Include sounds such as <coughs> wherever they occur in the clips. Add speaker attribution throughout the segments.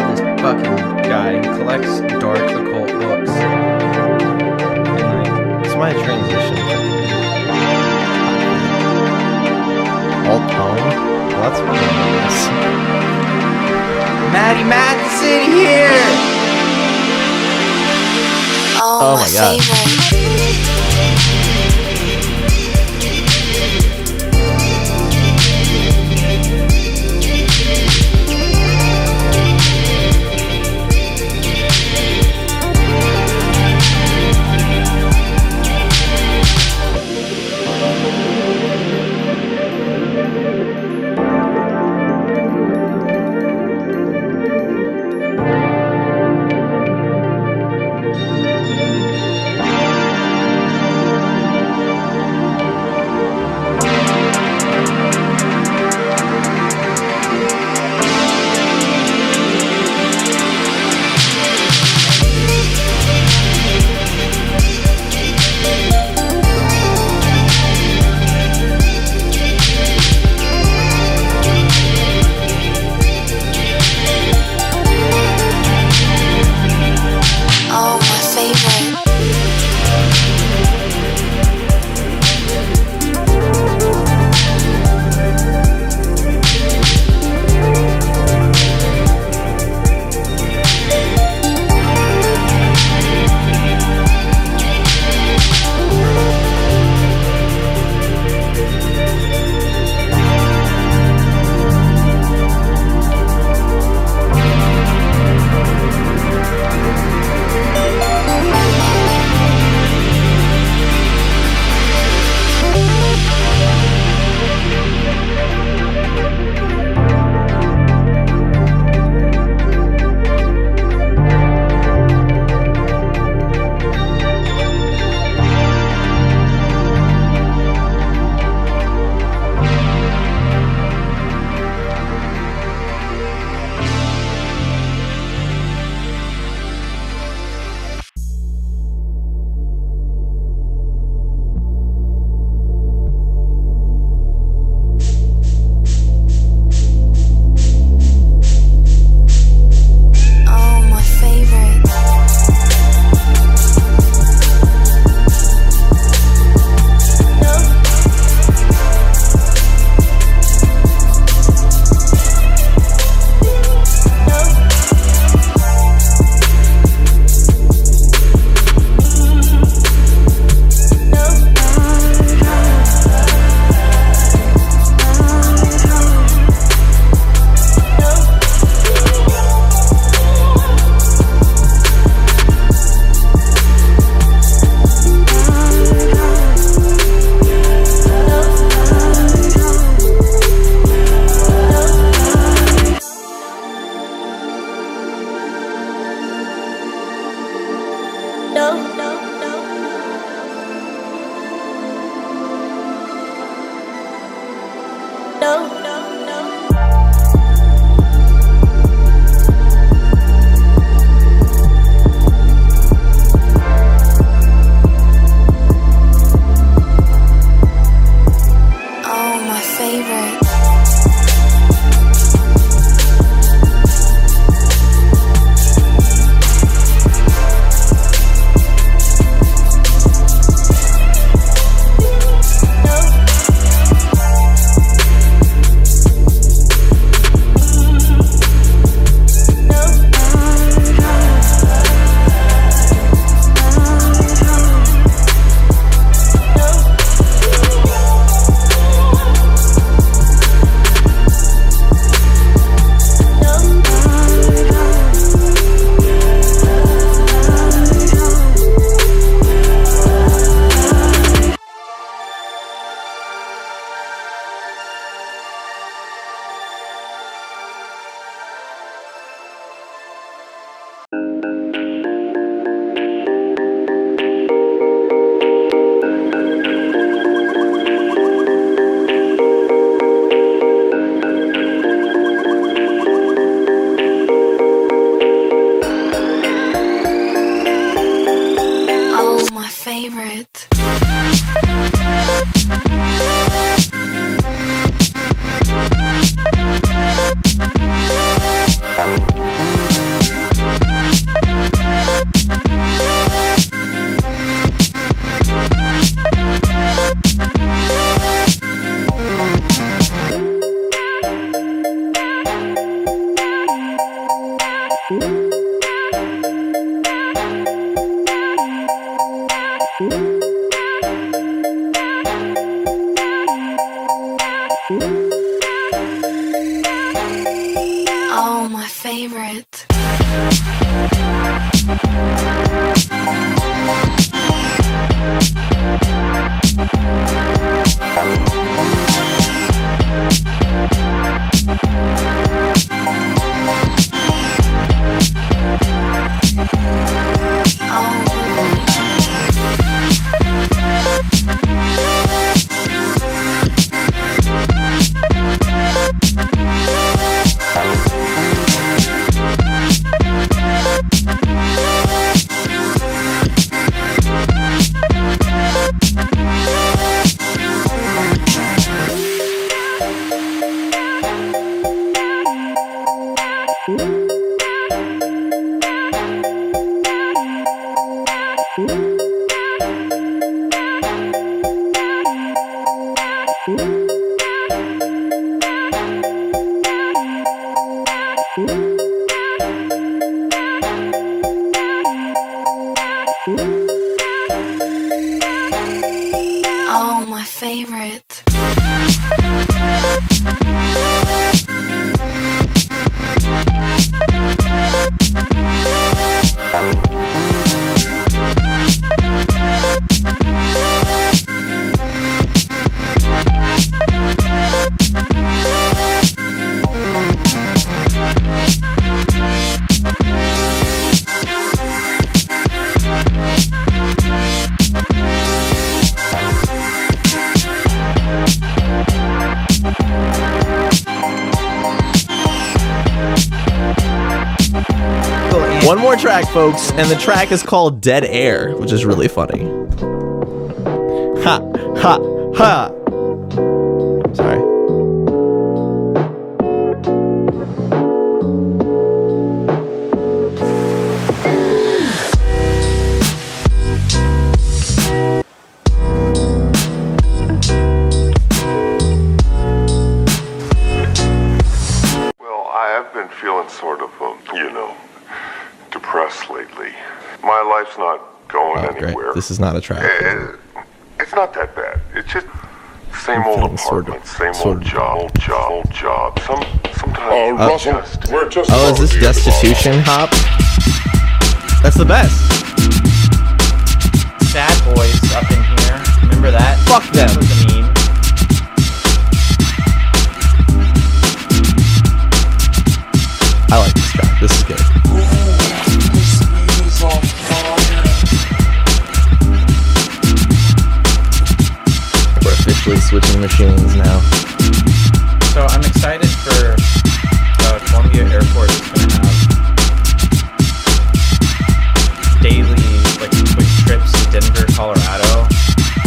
Speaker 1: fucking guy who collects dark occult books. And like, it's my transition. Alt home. Well, that's what it is. Maddie Matheson here.
Speaker 2: Oh,
Speaker 3: my God.
Speaker 2: favorite. Oh, my favorite. Oh, my favorite.
Speaker 4: No, no, no. No, no, no.
Speaker 2: Oh, my favorite. Oh, my favorite. Oh, my favorite. Oh. Oh, my favorite.
Speaker 3: One more track, folks, and the track is called Dead Air, which is really funny. Ha, ha, ha. Sorry.
Speaker 5: Well, I have been feeling sort of, um, you know, depressed lately. My life's not going
Speaker 3: Oh, great.
Speaker 5: anywhere.
Speaker 3: This is not a track.
Speaker 5: It- it's not that bad. It's just same
Speaker 3: I'm
Speaker 5: old
Speaker 3: feeling sort of-
Speaker 5: apartment, same
Speaker 3: sort
Speaker 5: old
Speaker 3: of-
Speaker 5: job, old job, old job. Some sometimes
Speaker 6: Uh,
Speaker 5: you
Speaker 6: Russell,
Speaker 5: just
Speaker 6: we're just
Speaker 3: Oh, is this Destitution Hop? That's the best.
Speaker 7: Bad Boys up in here. Remember that?
Speaker 3: Fuck them.
Speaker 7: That was a meme.
Speaker 3: I like this track. This is good. We're officially switching machines now.
Speaker 7: So I'm excited for uh, Columbia Airport is going to have daily like quick trips to Denver, Colorado,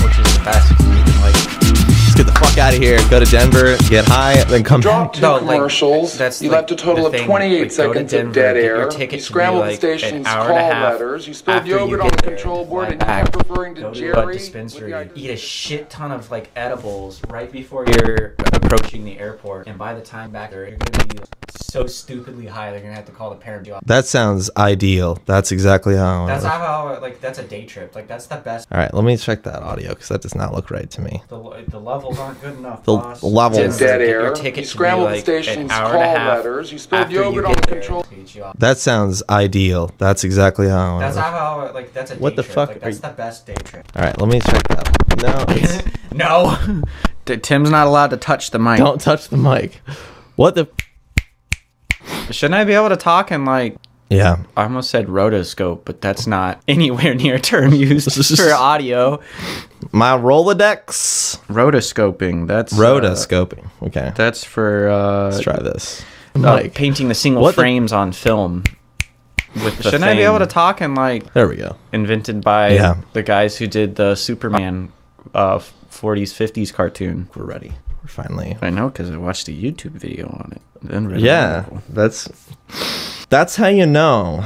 Speaker 7: which is the best. You can like
Speaker 3: Let's get the fuck out of here. Go to Denver, get high, then come
Speaker 6: Drop two
Speaker 7: No, like,
Speaker 6: commercials.
Speaker 7: that's,
Speaker 6: you
Speaker 7: like,
Speaker 6: left a total
Speaker 7: the
Speaker 6: of
Speaker 7: thing. Like,
Speaker 6: 28
Speaker 7: go to
Speaker 6: seconds of
Speaker 7: Denver,
Speaker 6: dead
Speaker 7: get your
Speaker 6: air.
Speaker 7: ticket
Speaker 6: You
Speaker 7: to be,
Speaker 6: scrambled
Speaker 7: like,
Speaker 6: the
Speaker 7: an
Speaker 6: station's
Speaker 7: hour
Speaker 6: call
Speaker 7: and a half
Speaker 6: letters. You spilled
Speaker 7: after you
Speaker 6: yogurt
Speaker 7: get
Speaker 6: on the
Speaker 7: there,
Speaker 6: control
Speaker 7: fly
Speaker 6: board and you
Speaker 7: back,
Speaker 6: kept referring to
Speaker 7: go to a
Speaker 6: Jerry.
Speaker 7: dispensary,
Speaker 6: with the
Speaker 7: eat a shit ton of like edibles right before you're approaching the airport, and by the time back there, you're going to be so stupidly high they're going to have to call the parent. You
Speaker 3: That sounds ideal. That's exactly how I want
Speaker 7: That's
Speaker 3: to.
Speaker 7: not how like that's a day trip. Like that's the best.
Speaker 3: All right, let me check that audio because that does not look right to me.
Speaker 7: The, the levels aren't good enough.
Speaker 3: The
Speaker 7: boss.
Speaker 3: levels.
Speaker 7: Get
Speaker 6: Dead
Speaker 7: your
Speaker 6: air.
Speaker 7: ticket
Speaker 6: You
Speaker 7: to be,
Speaker 6: scramble the
Speaker 7: like, an
Speaker 6: station's
Speaker 7: hour and
Speaker 6: call
Speaker 7: a half
Speaker 6: letters. You spilled
Speaker 7: after you
Speaker 6: yogurt
Speaker 7: get
Speaker 6: on the
Speaker 7: there.
Speaker 6: control-
Speaker 7: Get you off.
Speaker 3: That sounds ideal. That's exactly how I want
Speaker 7: That's
Speaker 3: to.
Speaker 7: not how like that's a day
Speaker 3: Oh. What the
Speaker 7: trip.
Speaker 3: fuck
Speaker 7: Like,
Speaker 3: are
Speaker 7: that's
Speaker 3: you-
Speaker 7: the best day trip.
Speaker 3: All right, let me check that. No, it's,
Speaker 7: <laughs> no, Tim's not allowed to touch the mic.
Speaker 3: don't touch the mic. What the?
Speaker 7: Shouldn't I be able to talk in like?
Speaker 3: Yeah,
Speaker 7: I almost said rotoscope, but that's not <laughs> anywhere near a
Speaker 3: <laughs>
Speaker 7: term used for audio.
Speaker 3: my Rolodex.
Speaker 7: Rotoscoping. That's uh,
Speaker 3: Rotoscoping. Okay,
Speaker 7: that's for uh,
Speaker 3: let's try this.
Speaker 7: uh,
Speaker 3: Mic.
Speaker 7: painting the single
Speaker 3: What the-
Speaker 7: frames on film. With the Shouldn't I be
Speaker 3: thing.
Speaker 7: able to talk in like
Speaker 3: There we go.
Speaker 7: invented by
Speaker 3: Yeah.
Speaker 7: the guys who did the Superman uh, 40s 50s cartoon?
Speaker 3: We're ready. We're finally.
Speaker 7: I know because I watched a YouTube video on it. Then read an
Speaker 3: Yeah,
Speaker 7: article.
Speaker 3: that's that's how you know.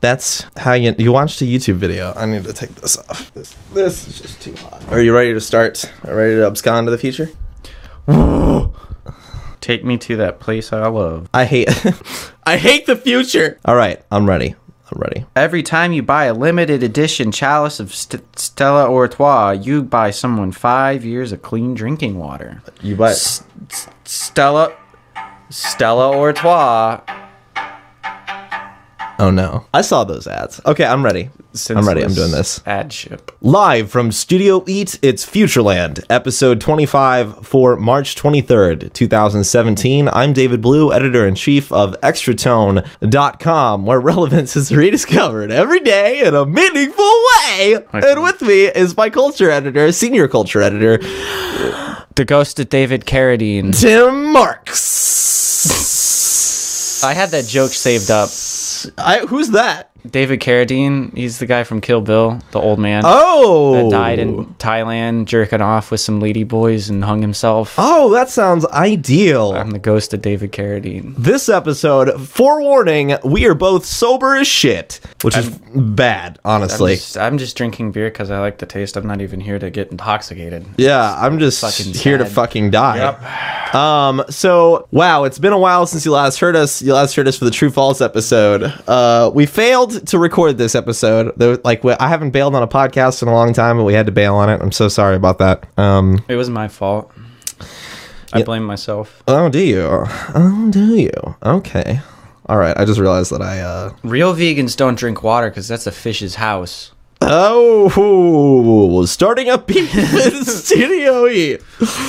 Speaker 3: That's how you you watched a YouTube video. I need to take this off. This, this is just too hot. Are you ready to start? Are you ready to abscond to the future?
Speaker 7: <gasps> Take me to that place I love.
Speaker 3: I hate <laughs> I hate the future. All right, I'm ready. I'm ready.
Speaker 7: Every time you buy a limited edition chalice of St- Stella Artois, you buy someone five years of clean drinking water.
Speaker 3: You buy
Speaker 7: S- S- Stella, Stella Artois.
Speaker 3: Oh no. I saw those ads. Okay, I'm ready. I'm ready. I'm
Speaker 7: Senseless
Speaker 3: doing this.
Speaker 7: Ad ship.
Speaker 3: Live from Studio Eat, it's Futureland, episode 25 for March 23rd, 2017. I'm David Blue, editor in chief of Extratone.com, where relevance is rediscovered every day in a meaningful way. And with me is my culture editor, senior culture editor,
Speaker 7: The ghost of David
Speaker 3: <laughs>
Speaker 7: Carradine.
Speaker 3: Tim Marks.
Speaker 7: I had that joke saved up.
Speaker 3: I, who's that?
Speaker 7: David Carradine, he's the guy from Kill Bill, the old man.
Speaker 3: Oh,
Speaker 7: That died in Thailand jerking off with some lady boys and hung himself.
Speaker 3: Oh, that sounds ideal.
Speaker 7: I'm the ghost of David Carradine.
Speaker 3: this episode, forewarning, we are both sober as shit, which is bad, honestly.
Speaker 7: I'm just, I'm just drinking beer because I like the taste. I'm not even here to get intoxicated.
Speaker 3: yeah, I'm just
Speaker 7: Fucking
Speaker 3: here to
Speaker 7: sad.
Speaker 3: fucking die. Um, so wow, it's been a while since you last heard us. You last heard us for the True False episode. Uh, we failed to record this episode. Though, like we, I haven't bailed on a podcast in a long time, but we had to bail on it. I'm so sorry about that. Um,
Speaker 7: It was my fault. I blame myself.
Speaker 3: oh, do you? Oh, do you? Okay. All right. I just realized that I uh
Speaker 7: Real vegans don't drink water because that's a fish's house.
Speaker 3: Oh, starting
Speaker 7: <laughs>
Speaker 3: up beef in Studio E.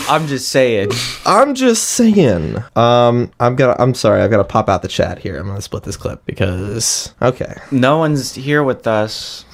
Speaker 7: I'm just saying.
Speaker 3: I'm just saying. Um, I'm gonna. I'm sorry. I've got to pop out the chat here. I'm gonna split this clip because. Okay.
Speaker 7: No one's here with us.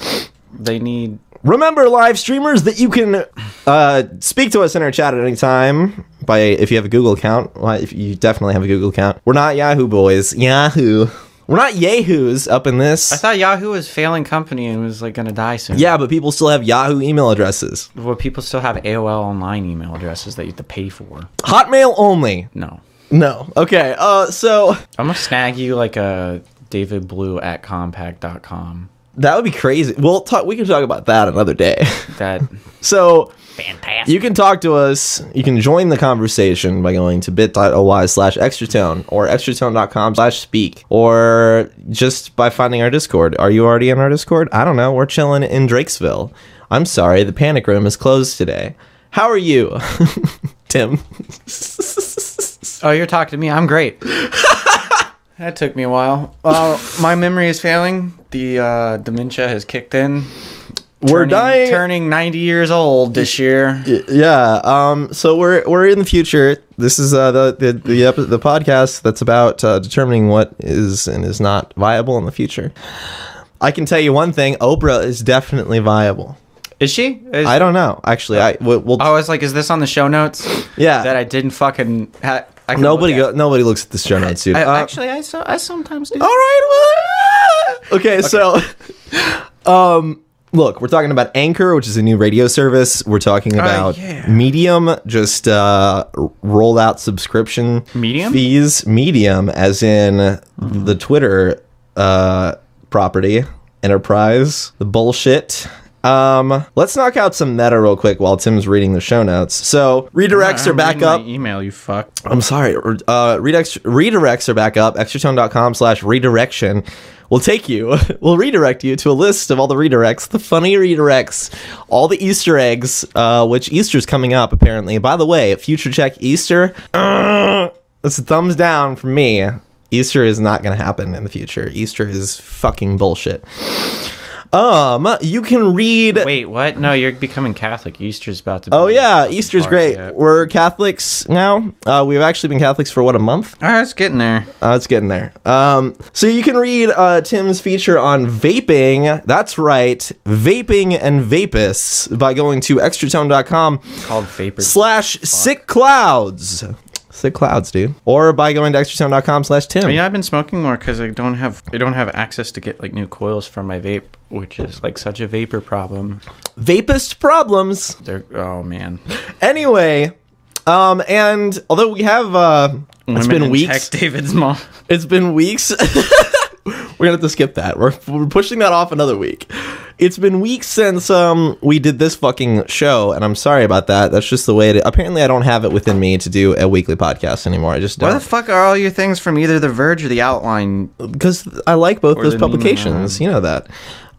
Speaker 7: They need.
Speaker 3: Remember, live streamers, that you can uh, speak to us in our chat at any time. By if you have a Google account, well, if you definitely have a Google account. We're not Yahoo boys. Yahoo. We're not Yahoos up in
Speaker 7: I
Speaker 3: this.
Speaker 7: thought Yahoo was failing company and was like gonna die soon.
Speaker 3: Yeah, but people still have Yahoo email addresses.
Speaker 7: Well, people still have AOL online email addresses that you have to pay for.
Speaker 3: Hotmail only.
Speaker 7: No.
Speaker 3: No. Okay. Uh. So
Speaker 7: I'm gonna snag you like a David Blue at compact.com.
Speaker 3: That would be crazy. We'll talk. We can talk about that another day. <laughs>
Speaker 7: That
Speaker 3: so, fantastic. You can talk to us. You can join the conversation by going to bit.ly slash extratone or extratone.com slash speak or just by finding our Discord. Are you already in our Discord? I don't know. We're chilling in Drakesville. I'm sorry. The panic room is closed today. How are you, <laughs> Tim?
Speaker 7: <laughs>
Speaker 3: <laughs>
Speaker 7: Oh, you're talking to me. I'm great. <laughs> that took me a while. Uh, my memory is failing. The uh, dementia has kicked in.
Speaker 3: We're
Speaker 7: Turning-
Speaker 3: dying.
Speaker 7: Turning 90 years old this year.
Speaker 3: yeah um so we're we're in the future this is uh the the the, epi- the podcast that's about uh, determining what is and is not viable in the future i can tell you one thing oprah is definitely viable
Speaker 7: Is she? Is,
Speaker 3: i don't know actually i we'll, we'll
Speaker 7: I was like, is this on the show notes?
Speaker 3: Yeah.
Speaker 7: Oh, That I didn't fucking. Ha- I could
Speaker 3: nobody
Speaker 7: look
Speaker 3: go,
Speaker 7: at.
Speaker 3: nobody looks at this show notes dude
Speaker 7: I,
Speaker 3: Uh, Oh,
Speaker 7: actually, I so, I sometimes do.
Speaker 3: all right well, okay, so <laughs> um look we're talking about anchor which is a new radio service we're talking about
Speaker 7: yeah.
Speaker 3: medium just uh r- rolled out subscription
Speaker 7: Medium?
Speaker 3: fees medium as in the twitter uh property enterprise the bullshit um let's knock out some meta real quick while tim's reading the show notes so redirects are
Speaker 7: I'm
Speaker 3: back
Speaker 7: reading my
Speaker 3: up
Speaker 7: Email you fuck.
Speaker 3: I'm sorry. Uh, redex, redirects are back up. Extratone.com slash redirection will take you, <laughs> will redirect you to a list of all the redirects, the funny redirects, all the Easter eggs, uh, which Easter's coming up apparently. By the way, future check Easter. uh, that's a thumbs down from me. Easter is not going to happen in the future. Easter is fucking bullshit. Um, you can read.
Speaker 7: Wait, what? No, you're becoming Catholic. Easter's about to.
Speaker 3: Oh
Speaker 7: be-
Speaker 3: yeah, Easter's
Speaker 7: Fuck,
Speaker 3: great.
Speaker 7: yeah.
Speaker 3: We're Catholics now. Uh, we've actually been Catholics for what a month.
Speaker 7: All right, it's getting there.
Speaker 3: Uh, it's getting there. Um, so you can read uh, Tim's feature on vaping. That's right, vaping and vapists by going to extratone.com
Speaker 7: Called vapor.
Speaker 3: slash sick clouds. Sick clouds, dude. Or by going to extratone.com slash Tim.
Speaker 7: Oh, Yeah, I've been smoking more because I don't have I don't have access to get like new coils for my vape, which is like such a vapor problem.
Speaker 3: Vapist problems.
Speaker 7: They're oh man,
Speaker 3: Anyway, um, and although we have, uh, it's
Speaker 7: Women
Speaker 3: been
Speaker 7: in
Speaker 3: weeks.
Speaker 7: Tech David's mom.
Speaker 3: It's been weeks. <laughs> We're gonna have to skip that. We're, we're pushing that off another week. It's been weeks since um we did this fucking show, and I'm sorry about that. That's just the way it. Apparently, I don't have it within me to do a weekly podcast anymore. I just
Speaker 7: Where the
Speaker 3: don't
Speaker 7: fuck are all your things from either The Verge or The Outline?
Speaker 3: because I like both those
Speaker 7: the meme
Speaker 3: publications. You know that.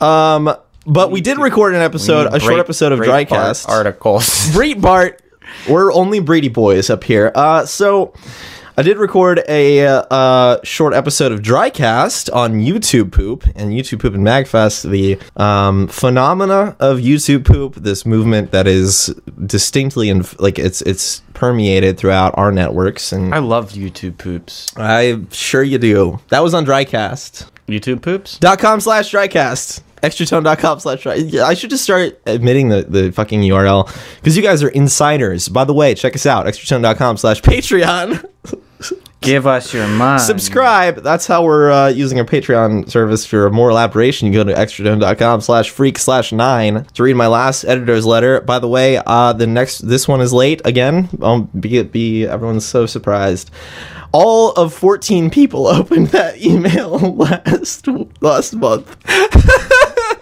Speaker 3: Um, but we did record an episode, a short
Speaker 7: Break-
Speaker 3: episode of
Speaker 7: Breitbart
Speaker 3: Drycast. <laughs>
Speaker 7: Articles.
Speaker 3: Breed Bart. We're only Breedy boys up here. Uh, so I did record a uh, short episode of Drycast on YouTube Poop and YouTube Poop and Magfest, the um, phenomena of YouTube Poop, this movement that is distinctly and like it's it's permeated throughout our networks. And
Speaker 7: I love YouTube poops.
Speaker 3: I'm sure you do. That was on Drycast
Speaker 7: YouTube poops?
Speaker 3: dot com slash drycast extratone.com slash dry yeah, i should just start admitting the, the fucking url because you guys are insiders by the way check us out extratone.com slash patreon
Speaker 7: Give us your mind.
Speaker 3: subscribe that's how we're uh, using our patreon service for more elaboration you go to extratone.com slash freak slash nine to read my last editor's letter by the way uh the next this one is late again um be it be everyone's so surprised all of 14 people <laughs> opened that email <laughs> last last month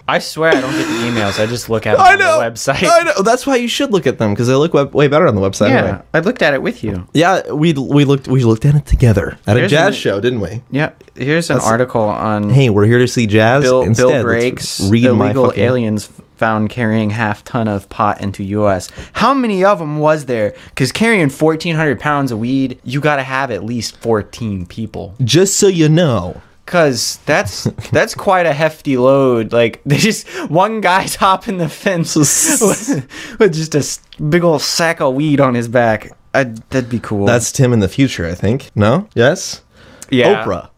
Speaker 7: I swear I don't get the emails. I just look at them
Speaker 3: I
Speaker 7: on
Speaker 3: know.
Speaker 7: the website.
Speaker 3: I know. That's why you should look at them because they look web- way better on the website.
Speaker 7: Yeah,
Speaker 3: anyway.
Speaker 7: I looked at it with you.
Speaker 3: Yeah. We we looked we looked at it together at
Speaker 7: Here's
Speaker 3: a jazz
Speaker 7: an-
Speaker 3: show, didn't we?
Speaker 7: Yeah, here's an article on
Speaker 3: Hey, we're here to see jazz.
Speaker 7: Bill,
Speaker 3: Instead,
Speaker 7: Bill
Speaker 3: let's
Speaker 7: Breaks
Speaker 3: Read
Speaker 7: illegal
Speaker 3: my fucking-
Speaker 7: aliens found carrying half ton of pot into U.S. How many of them was there? Because carrying 1,400 pounds of weed, you got to have at least 14 people.
Speaker 3: Just so you know.
Speaker 7: Cause
Speaker 3: <laughs>
Speaker 7: that's that's quite a hefty load. Like <laughs> they just one guy's <laughs> hopping the
Speaker 3: <laughs>
Speaker 7: fence with, with just a s- big old sack of weed on his back. i that'd be cool.
Speaker 3: That's Tim in the future, I think. No? Yes?
Speaker 7: yeah.
Speaker 3: Oprah.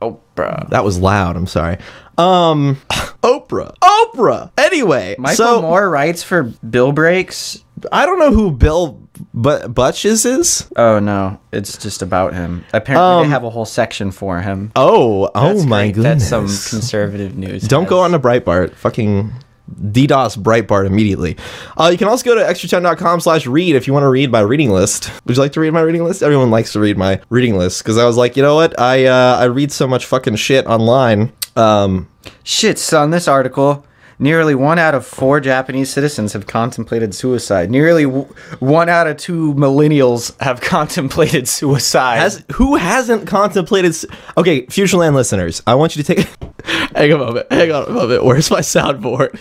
Speaker 7: Oprah.
Speaker 3: That was loud. I'm sorry. Um, <laughs> Oprah. Oprah. Anyway,
Speaker 7: Michael
Speaker 3: so
Speaker 7: Moore writes for Bill Breaks.
Speaker 3: I don't know who Bill but Butches is.
Speaker 7: Oh no, it's just about him. Apparently,
Speaker 3: Um,
Speaker 7: they have a whole section for him.
Speaker 3: Oh,
Speaker 7: That's
Speaker 3: oh my
Speaker 7: great.
Speaker 3: goodness.
Speaker 7: That's some conservative news.
Speaker 3: Don't go on to Breitbart. Fucking DDoS Breitbart immediately. Uh, you can also go to extratime.com slash read if you want to read my reading list. Would you like to read my reading list? Everyone likes to read my reading list because I was like, you know what? I uh, I read so much fucking shit online. Um,
Speaker 7: Shit, son, this article. Nearly one out of four Japanese citizens have contemplated suicide. Nearly w- one out of two millennials have <laughs> contemplated suicide.
Speaker 3: Has who hasn't contemplated? s- Okay, Futureland listeners, I want you to take. <laughs> hang a moment. Hang on a moment. Where's my soundboard?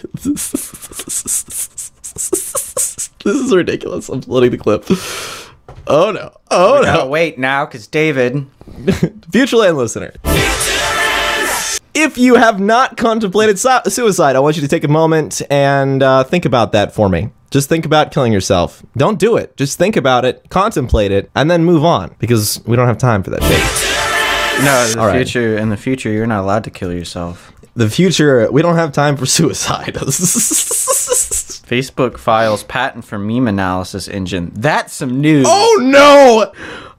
Speaker 3: <laughs> this is ridiculous. I'm loading the clip. Oh no! Oh no!
Speaker 7: oh, wait now, because David.
Speaker 3: Futureland listener. If you have not contemplated su- suicide, I want you to take a moment and uh, think about that for me. Just think about killing yourself. Don't do it. Just think about it, contemplate it, and then move on because we don't have time for that shit.
Speaker 7: No, the
Speaker 3: All right.
Speaker 7: future. In the future, you're not allowed to kill yourself.
Speaker 3: The future, we don't have time for <laughs> suicide.
Speaker 7: Facebook files patent for meme analysis engine. That's some news.
Speaker 3: oh no!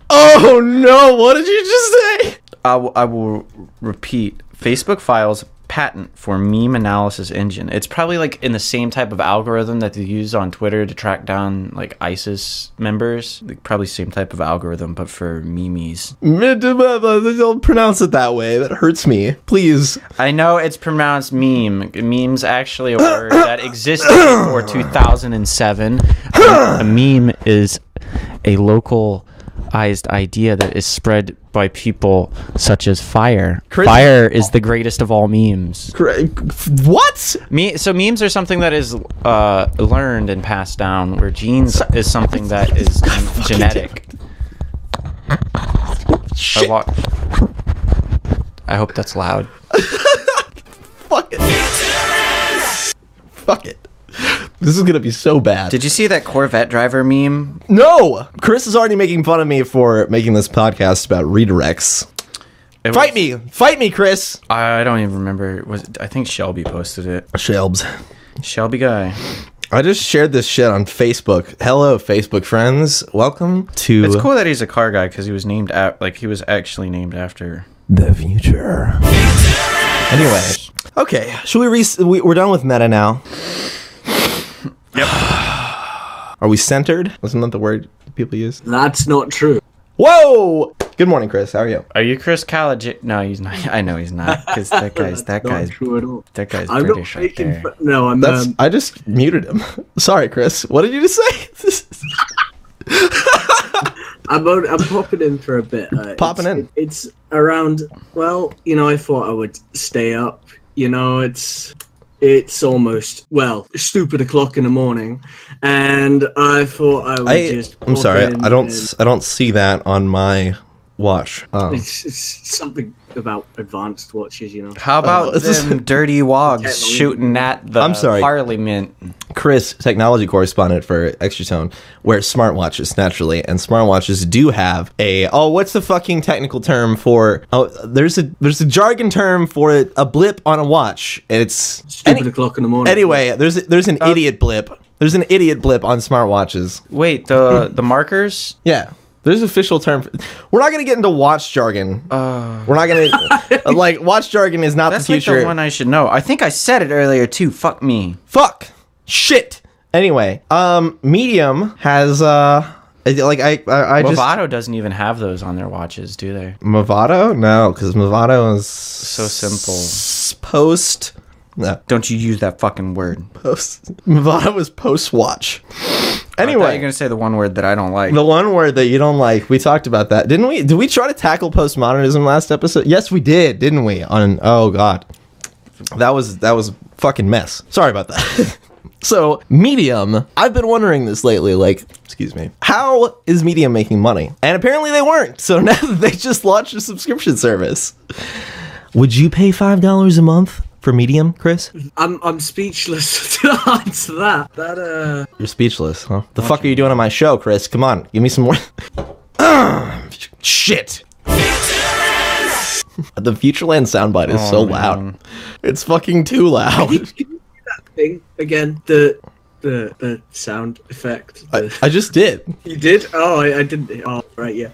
Speaker 3: Oh no! What did you just say?
Speaker 7: I will- I will repeat. Facebook files patent for meme analysis engine. It's probably like in the same type of algorithm that they use on Twitter to track down like ISIS members. Like, probably same type of algorithm, but for memes.
Speaker 3: Don't <laughs> pronounce it that way. That hurts me. Please.
Speaker 7: I know it's pronounced meme. Meme's actually a word that existed before 2007. A meme is a localized idea that is spread by people such as fire. Fire is the greatest of all memes.
Speaker 3: Cra- What?
Speaker 7: Me- so memes are something that is uh, learned and passed down, where genes is something that is genetic. I, wa- I hope that's loud.
Speaker 3: Fuck it. Fuck it. This is gonna be so bad.
Speaker 7: Did you see that Corvette driver meme?
Speaker 3: no, Chris is already making fun of me for making this podcast about redirects.
Speaker 7: It
Speaker 3: Fight
Speaker 7: was-
Speaker 3: me, fight me, Chris.
Speaker 7: I don't even remember. Was it, I think Shelby posted it.
Speaker 3: Shelbs.
Speaker 7: Shelby guy.
Speaker 3: I just shared this shit on Facebook. Hello, Facebook friends. Welcome to
Speaker 7: It's cool that he's a car guy because he was named at like he was actually named after.
Speaker 3: the future. Anyway, okay, should we, re- we? We're done with meta now. <sighs> Yep. Are we centered? Wasn't that the word people use?
Speaker 8: That's not true.
Speaker 3: Whoa! Good morning, Chris. How are you?
Speaker 7: Are you Chris College? No, he's not. <laughs> I know he's not because that guy's
Speaker 8: <laughs>
Speaker 7: that
Speaker 8: Not
Speaker 7: guy's
Speaker 8: true at all.
Speaker 7: that guy's
Speaker 8: I'm not
Speaker 7: British right
Speaker 8: making.
Speaker 7: there.
Speaker 8: fun- no, I'm.
Speaker 3: That's
Speaker 8: Um,
Speaker 3: I just muted him. <laughs> Sorry, Chris. What did you just say? <laughs>
Speaker 8: I'm, on, I'm popping in for a bit. Uh,
Speaker 3: Popping
Speaker 8: it's-
Speaker 3: in.
Speaker 8: It's around. Well, you know, I thought I would stay up. You know, it's it's almost well stupid o'clock in the morning, and I thought I would
Speaker 3: I
Speaker 8: just.
Speaker 3: I'm
Speaker 8: pop
Speaker 3: sorry.
Speaker 8: in
Speaker 3: I don't
Speaker 8: and-
Speaker 3: s- I don't see that on my watch. Um,
Speaker 8: It's, it's something about advanced watches, you know.
Speaker 7: How about
Speaker 3: Oh, this is- <laughs>
Speaker 7: them dirty wogs shooting at the
Speaker 3: I'm sorry.
Speaker 7: parliament?
Speaker 3: Chris, technology correspondent for Extratone, wears smartwatches naturally, and smartwatches do have a oh, what's the fucking technical term for oh, there's a there's a jargon term for it, a blip on a watch. It's
Speaker 8: Stupid Uh,
Speaker 3: any-
Speaker 8: o'clock in the morning.
Speaker 3: anyway. There's there's an idiot blip. There's an idiot blip on smartwatches.
Speaker 7: Wait,
Speaker 3: Hmm.
Speaker 7: the the markers?
Speaker 3: Yeah. There's official term. For, we're not gonna get into watch jargon. we're not gonna
Speaker 7: <laughs>
Speaker 3: like watch jargon is not the
Speaker 7: Uh. That's like
Speaker 3: future.
Speaker 7: the one I should know. I think I said it earlier too. Fuck me.
Speaker 3: Fuck. Shit. Anyway, um, Medium has uh, I- like I I, I just
Speaker 7: Movado doesn't even have those on their watches, do they?
Speaker 3: Movado? No, because Movado is
Speaker 7: So simple.
Speaker 3: post. No,
Speaker 7: Don't you use that fucking word?
Speaker 3: post. <laughs> Movado was post watch.
Speaker 7: I thought you
Speaker 3: Anyway,
Speaker 7: were gonna say the one word that I don't like.
Speaker 3: the one word that you don't like, we talked about that, didn't we? Did we try to tackle postmodernism last episode? Yes, we did, didn't we? On oh god, that was that was a fucking mess. Sorry about that. <laughs> so Medium, I've been wondering this lately. Like, excuse me, how is Medium making money? And apparently they weren't. So <laughs> now they just launched a subscription service. Would you pay five dollars a month for Medium, Chris?
Speaker 8: I'm I'm speechless <laughs> to answer that. That uh.
Speaker 3: You're speechless, huh? The fuck are you doing on my show, Chris? Come on, give me some more. <coughs> Shit. <laughs> The Futureland soundbite
Speaker 8: Oh,
Speaker 3: is so loud. It's fucking too
Speaker 8: <laughs>
Speaker 3: loud.
Speaker 8: thing again the the the sound effect
Speaker 3: I,
Speaker 8: the-
Speaker 3: I just did.
Speaker 8: you did oh I, I didn't oh right yeah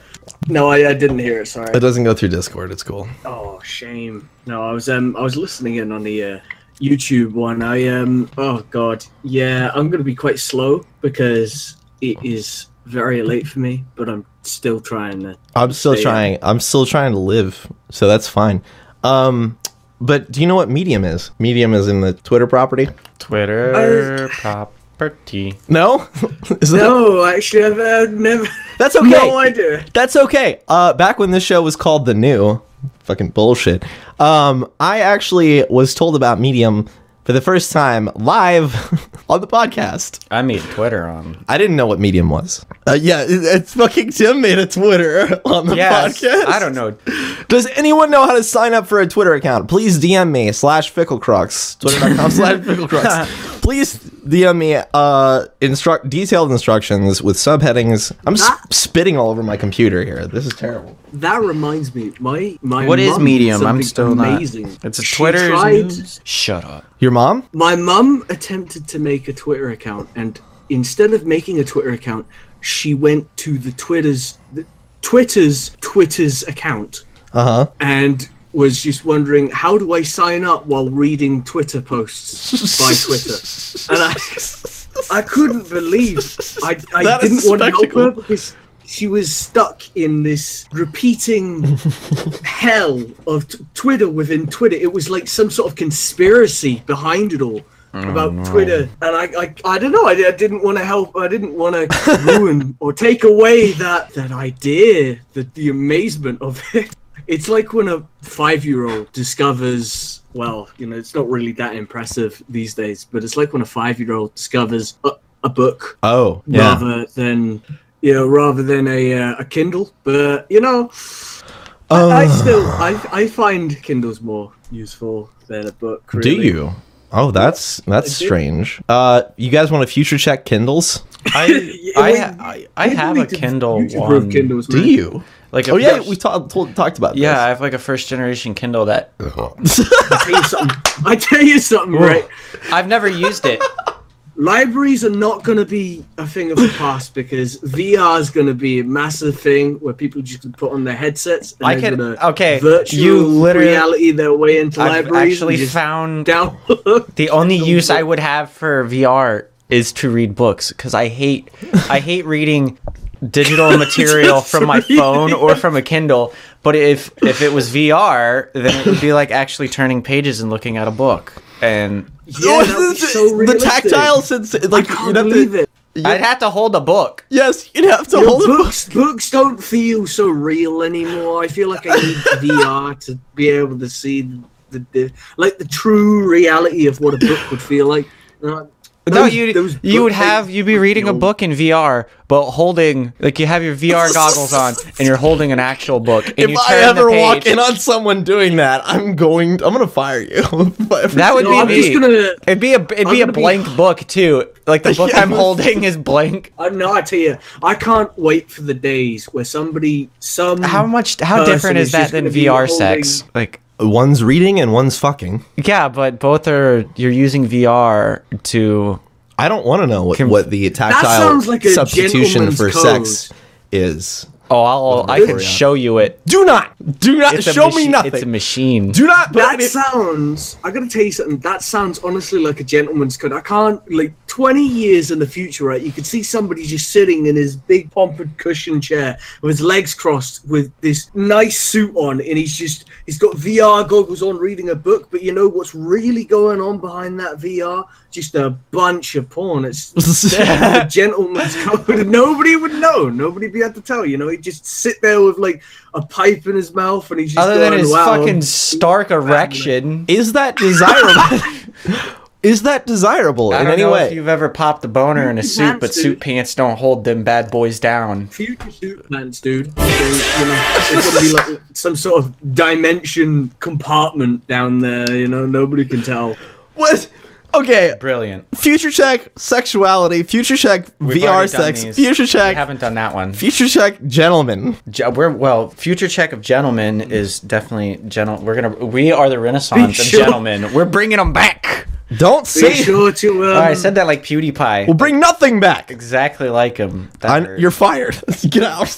Speaker 8: no I, I didn't hear it sorry
Speaker 3: It doesn't go through Discord. It's cool.
Speaker 8: oh shame no I was um I was listening in on the uh, YouTube one I um oh god yeah I'm gonna be quite slow because it is very late for me but I'm still trying to
Speaker 3: I'm still
Speaker 8: Stay
Speaker 3: trying. I'm still trying to live, so that's fine. Um, but do you know what Medium is? Medium is in the Twitter property.
Speaker 7: Twitter property.
Speaker 3: No, <laughs> is that,
Speaker 8: no actually I've uh, never <laughs>
Speaker 3: That's okay.
Speaker 8: no idea
Speaker 3: That's okay. Uh, back when this show was called The New, fucking bullshit, um, I actually was told about Medium for the first time live <laughs> on the podcast.
Speaker 7: I made Twitter on.
Speaker 3: I didn't know what Medium was. Uh, yeah, it- it's fucking Tim made a Twitter <laughs> on the
Speaker 7: Yes,
Speaker 3: podcast.
Speaker 7: I don't know.
Speaker 3: Does anyone know how to sign up for a Twitter account? Please DM me slash ficklecrux. <laughs> Twitter.com slash ficklecrux. <laughs> Please DM me uh instruct detailed instructions with subheadings. I'm s- spitting all over my computer here. This is terrible.
Speaker 8: that reminds me my my
Speaker 7: What is
Speaker 8: mum did
Speaker 7: medium? I'm
Speaker 8: something
Speaker 7: still
Speaker 8: amazing
Speaker 7: not. It's a
Speaker 8: She
Speaker 7: Twitter.
Speaker 8: tried-
Speaker 7: Shut up.
Speaker 3: Your mom?
Speaker 8: My mum attempted to make a Twitter account, and instead of making a Twitter account, she went to the Twitter's the Twitter's Twitter's account
Speaker 3: Uh-huh.
Speaker 8: and was just wondering how do I sign up while reading Twitter posts by Twitter, and I I couldn't believe I, I
Speaker 3: That is
Speaker 8: didn't want to help
Speaker 3: spectacle.
Speaker 8: her because. She was stuck in this repeating hell of t- Twitter within Twitter. It was like some sort of conspiracy behind it all
Speaker 3: Oh,
Speaker 8: about Twitter, and I, I, I don't know. I, I didn't want to help. I didn't want to
Speaker 3: <laughs>
Speaker 8: ruin or take away that that idea, the the amazement of it. It's like when a five year old discovers. Well, you know, it's not really that impressive these days, but it's like when a five year old discovers a, a book
Speaker 3: Oh, yeah.
Speaker 8: rather than. You know, rather than a uh, a Kindle, but you know,
Speaker 3: Oh,
Speaker 8: I still, I, I find Kindles more useful than a book.
Speaker 3: do
Speaker 8: Really.
Speaker 3: you? Oh, that's that's
Speaker 8: I do.
Speaker 3: strange. Uh, you guys want to future check Kindles?
Speaker 7: I
Speaker 8: Yeah,
Speaker 7: I,
Speaker 8: wait,
Speaker 7: I, I
Speaker 8: you
Speaker 7: have
Speaker 8: need
Speaker 7: a
Speaker 8: to
Speaker 7: Kindle
Speaker 8: YouTube proof
Speaker 7: one.
Speaker 8: Kindles,
Speaker 3: Do
Speaker 8: man.
Speaker 3: you?
Speaker 7: Like a
Speaker 3: Oh yeah,
Speaker 7: first-
Speaker 3: we talked told, talked about this.
Speaker 7: yeah, I have like a first generation Kindle that
Speaker 8: I tell you something. I tell you something, right?
Speaker 7: I've never used it.
Speaker 8: Libraries are not going to be a thing of the past because VR is going to be a massive thing where people just can put on their headsets and
Speaker 7: I
Speaker 8: they're
Speaker 7: can-
Speaker 8: gonna
Speaker 7: okay,
Speaker 8: virtual
Speaker 7: you literally-
Speaker 8: reality their way into
Speaker 7: I've
Speaker 8: libraries. and
Speaker 7: actually
Speaker 8: just
Speaker 7: found
Speaker 8: download. <laughs>
Speaker 7: the only use I would have for VR is to read books because I hate I hate reading
Speaker 3: <laughs>
Speaker 7: digital material from my
Speaker 8: Sorry.
Speaker 7: phone or from a Kindle. But if if it was VR, then it would be like actually turning pages and looking at a book. And <laughs>
Speaker 8: Yeah, that would be so
Speaker 3: the
Speaker 8: realistic.
Speaker 3: tactile sense, like
Speaker 8: I
Speaker 3: you'd
Speaker 8: can't
Speaker 3: have
Speaker 8: believe
Speaker 3: to,
Speaker 8: it.
Speaker 7: I'd have to hold a book.
Speaker 3: yes, you'd have to
Speaker 8: Your
Speaker 3: hold it.
Speaker 8: books, books don't feel so real anymore. I feel like I
Speaker 7: <laughs>
Speaker 8: need VR to be able to see the, the like the true reality of what a book would feel like. No,
Speaker 7: no, you you would have you'd be reading a book in VR, but holding like you have your VR goggles on and you're holding an actual book. And
Speaker 3: If
Speaker 7: you
Speaker 3: I
Speaker 7: turn
Speaker 3: ever
Speaker 7: the page,
Speaker 3: walk in on someone doing that, I'm going. I'm gonna fire you. <laughs> If I ever
Speaker 7: That
Speaker 3: see
Speaker 7: would
Speaker 8: No,
Speaker 7: be
Speaker 8: I'm
Speaker 7: me.
Speaker 8: just gonna.
Speaker 7: It'd be a it'd
Speaker 8: I'm
Speaker 7: be a
Speaker 8: gonna be-
Speaker 7: blank book too. Like
Speaker 3: <laughs>
Speaker 7: the book
Speaker 3: Yeah.
Speaker 7: I'm holding is
Speaker 3: <laughs>
Speaker 7: blank.
Speaker 8: I'm not. I tell you, I can't wait for the days where somebody, some
Speaker 3: Oh,
Speaker 7: How much? How
Speaker 8: person
Speaker 7: different is that
Speaker 8: just
Speaker 7: than
Speaker 8: gonna be
Speaker 7: VR
Speaker 8: holding-
Speaker 7: sex? Like
Speaker 3: One's reading and one's fucking.
Speaker 7: yeah, but both are you're using VR to
Speaker 3: I don't want to know what,
Speaker 7: Can-
Speaker 3: what the tactile
Speaker 8: sounds like a
Speaker 3: substitution
Speaker 8: gentleman's
Speaker 3: for
Speaker 8: code.
Speaker 3: sex is.
Speaker 7: oh I'll I can show you it.
Speaker 3: Do not, do not
Speaker 7: It's a
Speaker 3: show
Speaker 7: machi-
Speaker 3: me nothing.
Speaker 7: It's a machine.
Speaker 3: do not. put
Speaker 8: That
Speaker 3: me-
Speaker 8: sounds. I gotta tell you something. That sounds honestly like a gentleman's code. I can't like twenty years in the future, right? You could see somebody just sitting in his big pompered cushion chair with his legs crossed, with this nice suit on, and he's just he's got VR goggles on, reading a book. But you know what's really going on behind that VR? Just a bunch of porn.
Speaker 7: <laughs>
Speaker 8: It's a gentleman's code. <laughs> Nobody would know. Nobody would be able to tell. You know, he'd just sit there with like a pipe in his mouth, and he's just
Speaker 7: Other than
Speaker 8: going,
Speaker 7: his
Speaker 8: "Wow,
Speaker 7: fucking stark erection.
Speaker 3: is that desirable? <laughs> is that desirable
Speaker 7: I
Speaker 3: in
Speaker 7: don't
Speaker 3: any
Speaker 7: know
Speaker 3: way?
Speaker 7: if you've ever popped a boner in a suit, but
Speaker 8: pants, dude.
Speaker 7: suit pants don't hold them bad boys down.
Speaker 8: future suit pants, dude. So, you know, it's gonna be like some sort of dimension compartment down there. You know, nobody can tell.
Speaker 3: what? Okay,
Speaker 7: Brilliant.
Speaker 3: future check sexuality, future check
Speaker 7: We've
Speaker 3: VR
Speaker 7: already done
Speaker 3: sex,
Speaker 7: these.
Speaker 3: future
Speaker 7: We
Speaker 3: check,
Speaker 7: haven't done that one.
Speaker 3: future check gentlemen.
Speaker 7: Je- we're well. Future check of gentlemen is definitely gentle. We're gonna. We are the renaissance of
Speaker 8: sure.
Speaker 7: gentlemen. We're bringing them back.
Speaker 3: Don't
Speaker 8: Be
Speaker 3: say.
Speaker 8: sure to. Um,
Speaker 7: Oh, I said that like PewDiePie.
Speaker 3: We'll bring nothing back.
Speaker 7: exactly like him. That
Speaker 3: I'm-
Speaker 7: hurt.
Speaker 3: you're fired. <laughs> Get out.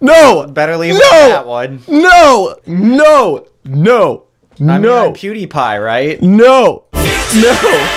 Speaker 3: no.
Speaker 7: better leave
Speaker 3: No!
Speaker 7: it at that one.
Speaker 3: No. No. No.
Speaker 7: I mean,
Speaker 3: no.
Speaker 7: I'm PewDiePie, right?
Speaker 3: no. No.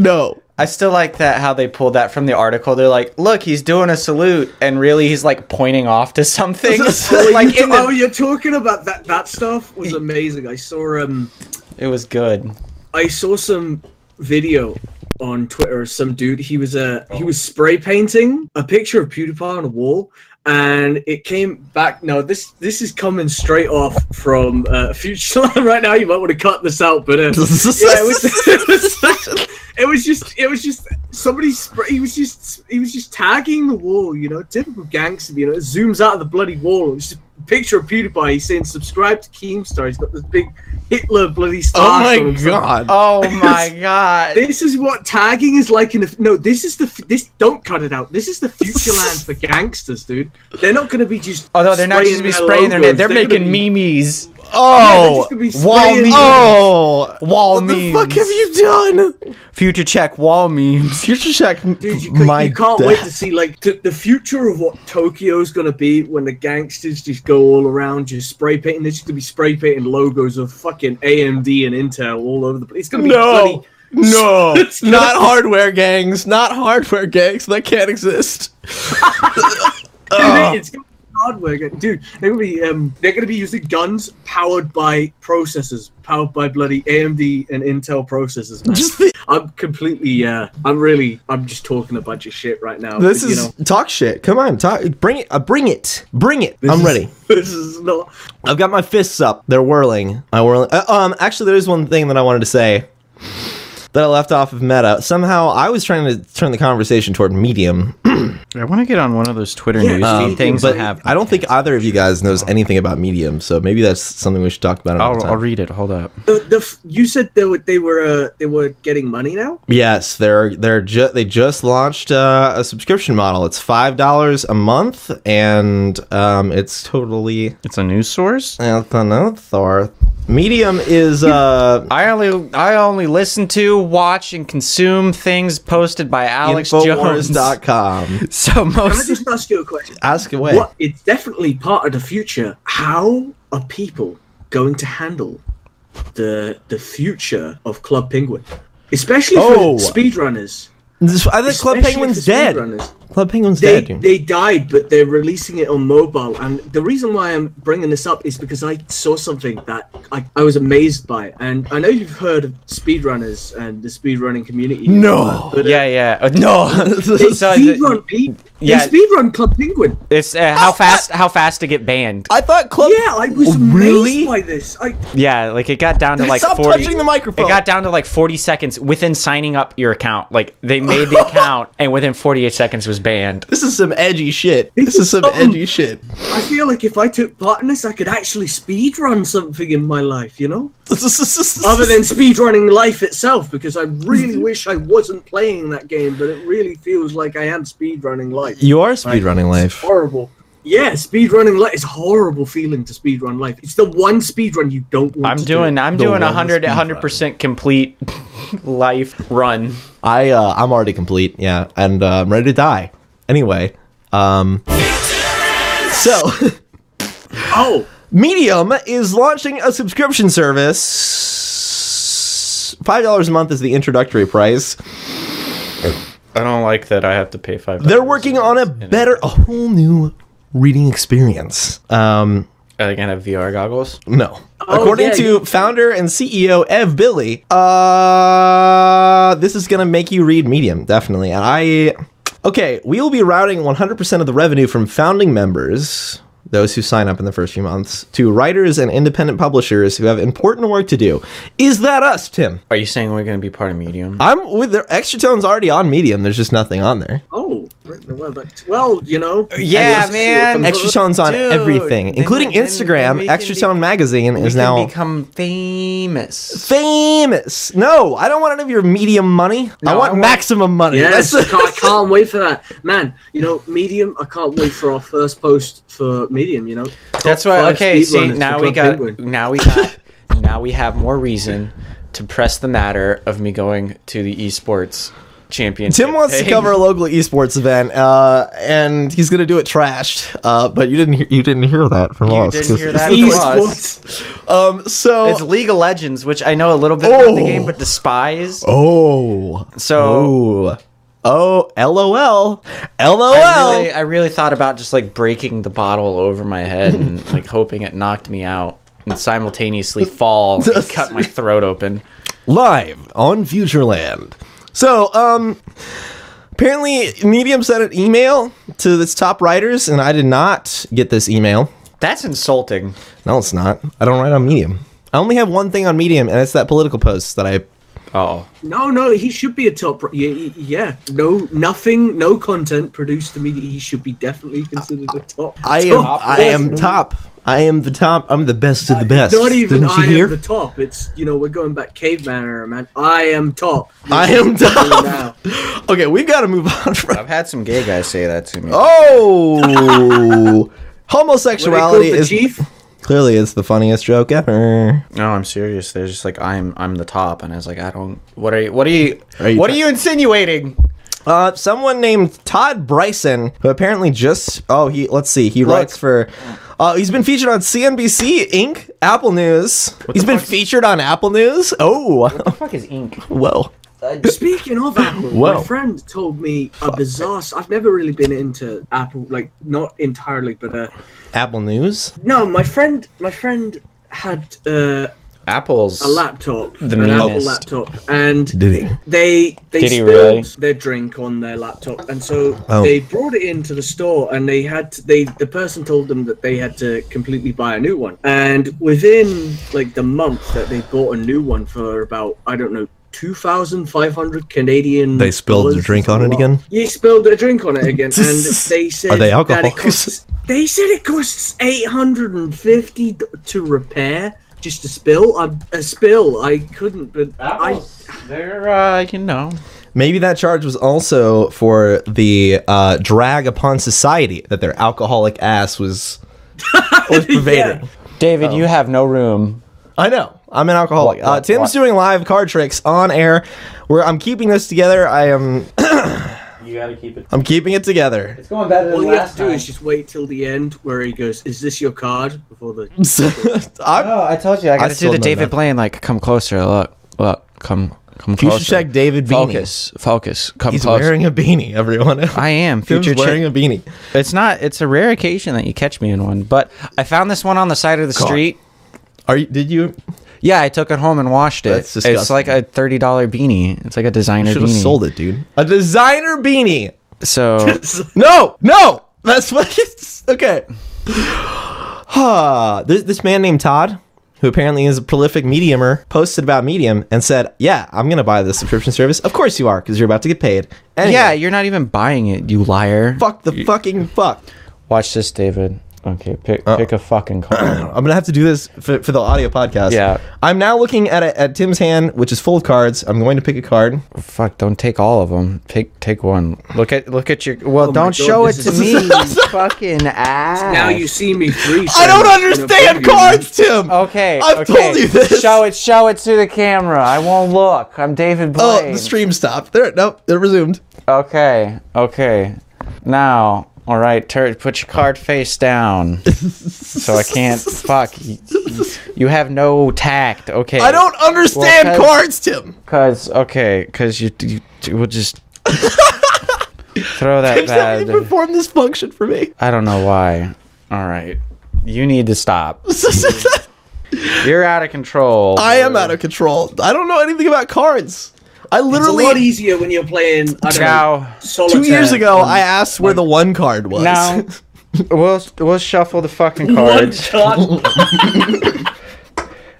Speaker 3: No. <laughs>
Speaker 7: I still like that how they pulled that from the article. They're like, look, he's doing a salute, and really he's like pointing off to something. <laughs>
Speaker 8: Oh,
Speaker 7: like
Speaker 8: you
Speaker 7: in the-
Speaker 8: oh, you're talking about that. That stuff was amazing. I saw um,
Speaker 7: it was good.
Speaker 8: I saw some video on Twitter of some dude. He was uh, he was spray painting a picture of PewDiePie on a wall, and it came back. No, this this is coming straight off from uh, Future. <laughs> right now, you might want to cut this out, but uh, yeah, it, was,
Speaker 7: <laughs>
Speaker 8: <laughs> it, was, it was just it was just somebody. Spray, he was just he was just tagging the wall. You know, typical gangster. You know, it zooms out of the bloody wall. It was just a picture of PewDiePie. He's saying subscribe to Keemstar. He's got this big Hitler bloody
Speaker 3: Oh
Speaker 8: star.
Speaker 3: my god.
Speaker 7: <laughs> Oh my god.
Speaker 8: This is what tagging is like in the no. This is the f- this. Don't cut it out. This is the
Speaker 7: <laughs>
Speaker 8: future land for gangsters, dude. They're not gonna be just.
Speaker 7: Although Oh, they're not just gonna be spraying their name,
Speaker 8: logos.
Speaker 7: they're, making
Speaker 8: gonna be-
Speaker 7: memes.
Speaker 8: <laughs>
Speaker 3: Oh.
Speaker 8: gonna be
Speaker 3: wall
Speaker 8: spraying-
Speaker 3: memes. Oh.
Speaker 7: Wall
Speaker 3: What the
Speaker 7: memes.
Speaker 3: fuck have you done?
Speaker 7: Future check wall memes.
Speaker 3: <laughs> Future check.
Speaker 8: Dude, you,
Speaker 3: my
Speaker 8: can, you can't wait
Speaker 3: death.
Speaker 8: to see like t- the future of what Tokyo's gonna be when the gangsters just go all around just spray painting. They're just gonna be spray painting logos of fucking AMD and Intel all over the place. It's gonna be bloody. <laughs>
Speaker 3: No. No.
Speaker 8: It's gonna-
Speaker 3: not hardware gangs. Not hardware gangs. That can't exist.
Speaker 8: Dude, it's gonna be hardware, gu- dude. They're gonna be um, they're gonna be using guns powered by processors, powered by bloody AMD and Intel processors.
Speaker 3: <laughs>
Speaker 8: man.
Speaker 3: Just the,
Speaker 8: I'm completely, uh, I'm really, I'm just talking a bunch of shit right now.
Speaker 3: this
Speaker 8: but,
Speaker 3: is
Speaker 8: you know, <laughs>
Speaker 3: talk shit. Come on, talk. Bring it. Uh, bring it. Bring it.
Speaker 8: this
Speaker 3: I'm
Speaker 8: is-
Speaker 3: ready.
Speaker 8: This is not.
Speaker 3: I've got my fists up. They're whirling. I whirling. Uh, um, actually, there is one thing that I wanted to say that I left off of Meta. Somehow, I was trying to turn the conversation toward Medium,
Speaker 7: I want to get on one of those Twitter
Speaker 8: Yeah,
Speaker 7: news
Speaker 8: um,
Speaker 7: feed things
Speaker 3: but
Speaker 7: that have.
Speaker 3: I don't think either of you guys knows anything about Medium. So maybe that's something we should talk about. another
Speaker 7: I'll,
Speaker 3: time.
Speaker 7: I'll read it. Hold up.
Speaker 8: The, the f- you said they were they were uh, they were getting money now.
Speaker 3: Yes, they're they're ju- they just launched uh, a subscription model. It's five dollars a month, and um, it's totally
Speaker 7: It's a news source.
Speaker 3: Thor. Medium is uh,
Speaker 7: I only I only listen to, watch, and consume things posted by Alex Jones. <laughs>
Speaker 3: Infowars.com.
Speaker 7: So
Speaker 8: Can I
Speaker 7: most
Speaker 8: just ask you a question?
Speaker 3: Ask away.
Speaker 8: What? It's definitely part of the future. How are people going to handle the the future of Club Penguin, especially
Speaker 3: Oh.
Speaker 8: for speedrunners?
Speaker 3: This- I think Club
Speaker 8: Especially
Speaker 3: Penguin's
Speaker 8: if it's
Speaker 3: dead.
Speaker 8: speedrunners.
Speaker 3: Club Penguin's
Speaker 8: They,
Speaker 3: dead. dude.
Speaker 8: they died, but they're releasing it on mobile. And the reason why I'm bringing this up is because I saw something that I, I was amazed by. And I know you've heard of speedrunners and the speedrunning community.
Speaker 3: No.
Speaker 8: But, uh,
Speaker 7: Yeah, yeah. Uh, no.
Speaker 8: They
Speaker 7: So the-
Speaker 8: speedrun, Pete.
Speaker 7: yeah.
Speaker 8: They speedrun Club Penguin.
Speaker 7: It's uh, how fast how fast to get banned.
Speaker 3: <laughs> I thought Club.
Speaker 8: Yeah, I was amazed
Speaker 3: Really?
Speaker 8: by this. I,
Speaker 7: Yeah, like it got down to
Speaker 3: <laughs>
Speaker 7: like
Speaker 3: Stop
Speaker 7: 40
Speaker 3: touching the microphone.
Speaker 7: It got down to like 40 seconds within signing up your account. Like they made
Speaker 3: <laughs>
Speaker 7: the account and within 48 seconds was banned.
Speaker 3: This is some edgy shit. This is some
Speaker 8: something-
Speaker 3: edgy shit. <laughs>
Speaker 8: I feel like if I took part in this, I could actually speedrun something in my life, you know? Other than speedrunning life itself, because I really wish I wasn't playing that game, but it really feels like I am speedrunning life.
Speaker 3: you are speedrunning life.
Speaker 8: horrible. Yeah, speedrunning life is a horrible feeling to speedrun life. It's the one speedrun you don't want
Speaker 7: I'm
Speaker 8: to
Speaker 7: doing
Speaker 8: do.
Speaker 7: I'm
Speaker 3: The
Speaker 7: doing
Speaker 3: one
Speaker 7: 100
Speaker 3: speed
Speaker 7: 100% complete <laughs> life run.
Speaker 3: I uh, I'm already complete. Yeah, and uh, I'm ready to die. Anyway, um, so <laughs>
Speaker 8: Oh,
Speaker 3: Medium is launching a subscription service. Five dollars a month is the introductory price.
Speaker 7: I don't like that I have to pay 5.
Speaker 3: They're working on a better, a whole new reading experience. Um,
Speaker 7: Are they going to have VR goggles?
Speaker 3: No.
Speaker 7: Oh,
Speaker 3: According
Speaker 8: yeah,
Speaker 3: to
Speaker 8: you-
Speaker 3: founder and CEO Ev Billy, uh, this is gonna make you read Medium definitely. And I, okay, we will be routing 100% of the revenue from founding members, those who sign up in the first few months, to writers and independent publishers who have important work to do. Is that us, Tim?
Speaker 7: Are you saying we're going to be part of Medium?
Speaker 3: I'm with the extra tones already on Medium. There's just nothing on there.
Speaker 8: oh, right, well, that- well, you know.
Speaker 7: Yeah,
Speaker 8: I guess-
Speaker 7: man.
Speaker 3: Extra tones on
Speaker 7: Dude,
Speaker 3: everything,
Speaker 7: then-
Speaker 3: including
Speaker 7: then- then
Speaker 3: Instagram.
Speaker 7: we can
Speaker 3: extra
Speaker 7: be-
Speaker 3: tone magazine is now.
Speaker 7: become famous.
Speaker 3: famous. No, I don't want any of your medium money. I want
Speaker 7: I want-
Speaker 3: maximum money.
Speaker 8: Yes,
Speaker 3: <laughs>
Speaker 8: I
Speaker 3: That's-
Speaker 7: <laughs>
Speaker 8: can't, I can't wait for that, man. You know, Medium. I can't wait for our first post for Medium. You know,
Speaker 7: That's
Speaker 8: Top
Speaker 7: why.
Speaker 8: five
Speaker 7: Okay, see,
Speaker 8: speedrunners for
Speaker 7: now we
Speaker 8: Club
Speaker 7: got,
Speaker 8: Penguin.
Speaker 7: now we got, <laughs> now we have more reason to press the matter of me going to the esports championship.
Speaker 3: Tim wants to
Speaker 7: thing.
Speaker 3: cover a local esports event, uh, and he's gonna do it trashed. Uh, but you didn't hear, you didn't hear that from us.
Speaker 7: didn't
Speaker 3: 'cause-
Speaker 7: hear that from us.
Speaker 8: esports.
Speaker 3: Um, so
Speaker 7: <laughs> It's League of Legends, which I know a little bit about the
Speaker 3: Oh.
Speaker 7: game, but despise.
Speaker 3: oh
Speaker 7: So
Speaker 3: oh oh lol lol.
Speaker 7: I, really, I really thought about just like breaking the bottle over my
Speaker 3: <laughs>
Speaker 7: head and like hoping it knocked me out and simultaneously fall and cut my throat open.
Speaker 3: live on Futureland. So, um, apparently Medium sent an email to its top writers, and I did not get this email.
Speaker 7: That's insulting.
Speaker 3: No, it's not. I don't write on Medium. I only have one thing on Medium, and it's that political post that I.
Speaker 7: Oh.
Speaker 8: No, no, he should be a top. pro- Yeah, yeah. No, nothing. No content produced immediately. He should be definitely considered a top.
Speaker 3: I am.
Speaker 8: top
Speaker 3: I am
Speaker 8: person.
Speaker 3: top. I am the top. I'm the best of the best.
Speaker 8: Not even
Speaker 3: Didn't you
Speaker 8: I
Speaker 3: hear?
Speaker 8: am the top. It's you know we're going back caveman era, man. I
Speaker 3: <laughs>
Speaker 8: am top.
Speaker 3: I am
Speaker 8: now.
Speaker 3: top. <laughs> okay, we've got to move on from.
Speaker 7: I've had some gay guys say that to me.
Speaker 3: Oh,
Speaker 8: <laughs> What do they call
Speaker 3: homosexuality
Speaker 8: the
Speaker 3: is
Speaker 8: chief?
Speaker 3: clearly it's the funniest joke ever.
Speaker 7: No, I'm serious. They're just like I'm. I'm the top, and I was like, I don't. What are you? What are you?
Speaker 3: Are you
Speaker 7: what
Speaker 3: try-
Speaker 7: are you insinuating?
Speaker 3: Uh, someone named Todd Bryson, who apparently just oh he let's see he writes for. Uh, he's been featured on CNBC, Inc., Apple News. he's been featured on Apple News. Oh,
Speaker 7: Fuck is ink.
Speaker 3: whoa.
Speaker 8: Speaking of Apple,
Speaker 3: Whoa.
Speaker 8: my friend told me a bizarre. s- I've never really been into Apple, like not entirely, but uh,
Speaker 3: Apple News.
Speaker 8: no, my friend, my friend had uh,
Speaker 7: Apples.
Speaker 8: a laptop,
Speaker 7: The
Speaker 8: an Apple
Speaker 7: meanest.
Speaker 8: laptop, and
Speaker 3: Did he?
Speaker 8: they they
Speaker 7: Did he
Speaker 8: spilled
Speaker 7: really?
Speaker 8: their drink on their laptop, and so
Speaker 3: Oh.
Speaker 8: they brought it into the store, and they had to, they the person told them that they had to completely buy a new one, and within like the month that they bought a new one for about I don't know. 2,500 Canadian.
Speaker 3: They spilled
Speaker 8: dollars
Speaker 3: their drink on it
Speaker 8: is a lot.
Speaker 3: again?
Speaker 8: You spilled their drink on it again,
Speaker 3: <laughs>
Speaker 8: and they said
Speaker 3: Are they
Speaker 8: that it
Speaker 3: alcoholics?
Speaker 8: costs- they said it costs 850 d- to repair just a spill. A, a spill. I couldn't, but I
Speaker 7: They're uh, you know.
Speaker 3: Maybe that charge was also for the uh, drag upon society that their alcoholic ass
Speaker 7: <laughs>
Speaker 3: was was pervading.
Speaker 7: David, you have no room.
Speaker 3: I know. I'm an alcoholic.
Speaker 7: What- what-
Speaker 3: uh, Tim's
Speaker 7: what?
Speaker 3: doing live card tricks on air. Where I'm keeping this together. I am.
Speaker 7: <coughs> You gotta keep it.
Speaker 3: I'm keeping it together.
Speaker 7: It's going better
Speaker 8: All you have to do is just wait till the end where he goes, "Is this your card?" Before the
Speaker 3: I'm-
Speaker 7: I told you. I gotta do
Speaker 3: still
Speaker 7: the
Speaker 3: know
Speaker 7: David
Speaker 3: that.
Speaker 7: Blaine. Like, come closer. Look, look, come. Come
Speaker 3: Future
Speaker 7: closer.
Speaker 3: Check David Beanie.
Speaker 7: Focus. Focus. Come
Speaker 3: He's
Speaker 7: closer.
Speaker 3: wearing a beanie, everyone.
Speaker 7: <laughs> I am
Speaker 3: Tim's
Speaker 7: future
Speaker 3: wearing
Speaker 7: check.
Speaker 3: a beanie.
Speaker 7: It's not. It's a rare occasion that you catch me in one. But I found this one on the side of the street.
Speaker 3: Are you? Did you?
Speaker 7: Yeah, I took it home and washed it.
Speaker 3: That's
Speaker 7: It's
Speaker 3: disgusting.
Speaker 7: like a thirty dollar beanie. It's like a designer
Speaker 3: Should have
Speaker 7: beanie.
Speaker 3: sold it, dude. A designer beanie. <laughs>
Speaker 7: So
Speaker 3: No, no. That's what. It's, okay. Huh. this, this man named Todd, who apparently is a prolific mediumer, posted about Medium and said, "Yeah, I'm gonna buy this subscription service. Of course you are, because you're about to get paid." And
Speaker 7: yeah, you're not even buying it, you liar.
Speaker 3: fuck the fucking fuck.
Speaker 7: Watch this, David. Okay, pick
Speaker 3: Uh.
Speaker 7: pick a fucking card.
Speaker 3: I'm gonna have to do this for, for the audio podcast.
Speaker 7: Yeah.
Speaker 3: I'm now looking at a, at Tim's hand, which is full of cards. I'm going to pick a card.
Speaker 7: Oh, Fuck, don't take all of them. Take take one. Look at look at your.
Speaker 3: Oh
Speaker 7: Well,
Speaker 8: my
Speaker 7: don't
Speaker 8: God,
Speaker 7: show it
Speaker 8: this
Speaker 7: to
Speaker 3: <laughs>
Speaker 8: is-
Speaker 7: me. you fucking ass.
Speaker 8: Now you see me three.
Speaker 3: I don't
Speaker 8: times in a
Speaker 3: understand
Speaker 8: video.
Speaker 3: cards, Tim.
Speaker 7: Okay,
Speaker 3: I've
Speaker 7: okay.
Speaker 3: told you this.
Speaker 7: Show it, show it to the camera. I won't look. I'm David
Speaker 3: Oh,
Speaker 7: Blaine.
Speaker 3: the stream stopped. There, nope, it resumed.
Speaker 7: Okay, okay. Now, all right, turd, put your card
Speaker 3: <laughs>
Speaker 7: face down. so I can't. Fuck. You, you have no tact. Okay.
Speaker 3: I don't understand
Speaker 7: Well, 'cause-
Speaker 3: cards, Tim.
Speaker 7: Cause okay, cause you you, you will
Speaker 8: <laughs>
Speaker 7: just throw that
Speaker 3: Tim's not
Speaker 7: bad.
Speaker 3: even perform this function for me.
Speaker 7: I don't know why. All right, you need to stop. You're out of
Speaker 8: <laughs>
Speaker 7: control.
Speaker 3: I am out of control. I don't know anything about cards. I
Speaker 8: It's a lot
Speaker 3: literally
Speaker 8: easier when you're playing. I don't know,
Speaker 7: now.
Speaker 8: solitaire. Um,
Speaker 3: two years ago I asked where the one card was.
Speaker 7: Now we'll we'll shuffle the fucking
Speaker 8: One
Speaker 7: cards.
Speaker 8: <laughs> shot.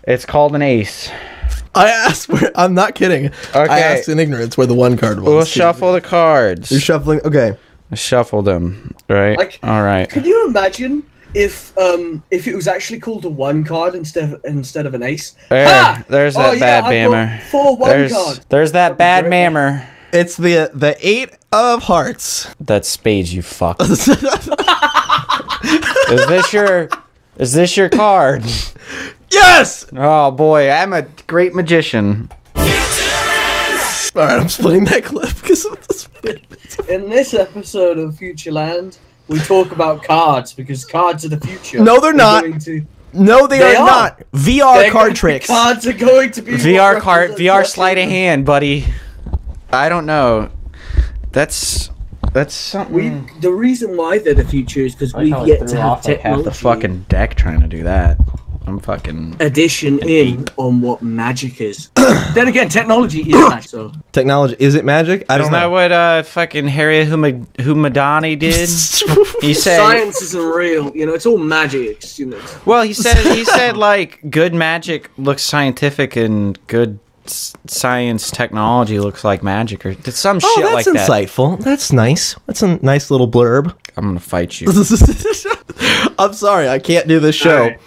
Speaker 7: It's called an ace.
Speaker 3: <laughs> I asked where. I'm not kidding. I
Speaker 7: Okay.
Speaker 3: asked in ignorance where the one card was.
Speaker 7: We'll shuffle the
Speaker 3: You're
Speaker 7: cards.
Speaker 3: shuffling. Okay.
Speaker 7: Shuffle them. Right.
Speaker 8: Like-
Speaker 7: All right.
Speaker 8: Can you imagine if um if it was actually called a one card instead of, instead of an ace?
Speaker 7: There,
Speaker 8: Ah!
Speaker 7: there's
Speaker 8: Oh,
Speaker 7: that
Speaker 8: yeah,
Speaker 7: bad
Speaker 8: I've got
Speaker 7: bammer.
Speaker 8: Four one
Speaker 7: There's
Speaker 8: cards.
Speaker 7: there's that bad
Speaker 8: great.
Speaker 7: mammer.
Speaker 3: It's the the eight of hearts.
Speaker 7: That's spades. You
Speaker 8: <laughs>
Speaker 7: fuck. is this your? Is this your card?
Speaker 3: Yes.
Speaker 7: Oh boy, I'm a great magician.
Speaker 3: All right, I'm splitting that clip because of this.
Speaker 8: In this episode of Futureland, we talk about cards because cards are the future.
Speaker 3: No, they're
Speaker 8: We're
Speaker 3: not.
Speaker 8: going to-
Speaker 3: No, they,
Speaker 8: They
Speaker 3: are,
Speaker 8: are.
Speaker 3: not VR
Speaker 8: they're going
Speaker 3: card
Speaker 8: to-
Speaker 3: tricks.
Speaker 8: Cards are going to be
Speaker 7: VR
Speaker 8: what
Speaker 7: card,
Speaker 8: represent-
Speaker 7: VR sleight of hand, buddy. I don't know. That's that's something.
Speaker 8: We, the reason why they're the future is because
Speaker 6: like how
Speaker 8: we've
Speaker 6: it
Speaker 8: yet
Speaker 6: threw
Speaker 8: to have
Speaker 6: off, like, half
Speaker 8: technology
Speaker 6: the
Speaker 7: the fucking deck trying to do that. I'm fucking.
Speaker 8: addition in on what
Speaker 7: <coughs>
Speaker 8: magic is. then again, technology is magic. So
Speaker 3: Technology is it magic? I don't
Speaker 7: Isn't that
Speaker 3: <laughs> know.
Speaker 7: what uh fucking Harry Huma- Humadani
Speaker 8: <laughs>
Speaker 7: did? He said.
Speaker 8: science isn't real. You know, it's all magic.
Speaker 7: <laughs>
Speaker 8: It's, you know, <laughs> it's-
Speaker 7: Well, he said
Speaker 8: <laughs>
Speaker 7: he said like good magic looks scientific and good s- science technology looks like magic or did some
Speaker 3: Oh,
Speaker 7: shit like
Speaker 3: that's
Speaker 7: that.
Speaker 3: insightful. That's nice. That's a nice little blurb.
Speaker 7: I'm gonna fight
Speaker 8: <laughs>
Speaker 7: you.
Speaker 3: <laughs> I'm sorry, I can't do this show
Speaker 8: Alright.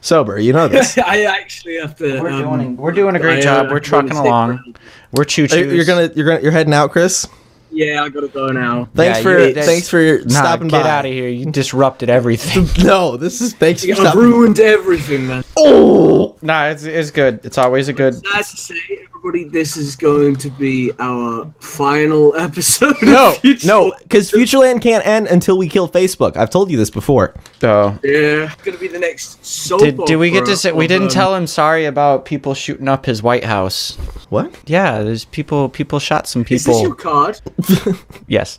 Speaker 3: sober. You know this.
Speaker 8: I actually have to.
Speaker 7: We're
Speaker 8: um,
Speaker 7: doing we're doing a great
Speaker 8: I, uh,
Speaker 7: job.
Speaker 8: I'm
Speaker 7: We're
Speaker 8: gonna
Speaker 7: trucking
Speaker 8: stick
Speaker 7: along.
Speaker 8: around.
Speaker 7: We're choo
Speaker 3: Are- <laughs>
Speaker 7: choo.
Speaker 3: You're gonna you're gonna you're heading out, Chris.
Speaker 8: Yeah, I gotta go now.
Speaker 3: Thanks
Speaker 7: Yeah,
Speaker 3: for
Speaker 7: you- that's-
Speaker 3: thanks for
Speaker 7: nah,
Speaker 3: stopping
Speaker 7: get
Speaker 3: by.
Speaker 7: out of here. You disrupted everything.
Speaker 3: <laughs> No, this is thanks for
Speaker 8: You have
Speaker 3: stopping.
Speaker 8: ruined everything, man.
Speaker 3: Oh,
Speaker 7: <laughs> nah, it's it's good. It's always a good.
Speaker 8: Sad to say, everybody, this is going to be our final <laughs> episode. of
Speaker 3: no,
Speaker 8: Future-
Speaker 3: no, because Futureland can't end until we kill Facebook. I've told you this before.
Speaker 7: So
Speaker 8: Yeah, it's gonna be the next soap
Speaker 7: did did we get
Speaker 8: opera
Speaker 7: to say we
Speaker 8: of,
Speaker 7: didn't
Speaker 8: um,
Speaker 7: tell him sorry about people shooting up his White House?
Speaker 3: What?
Speaker 7: Yeah, there's people people shot some
Speaker 8: Is this your
Speaker 7: people.
Speaker 8: card?
Speaker 7: Yes.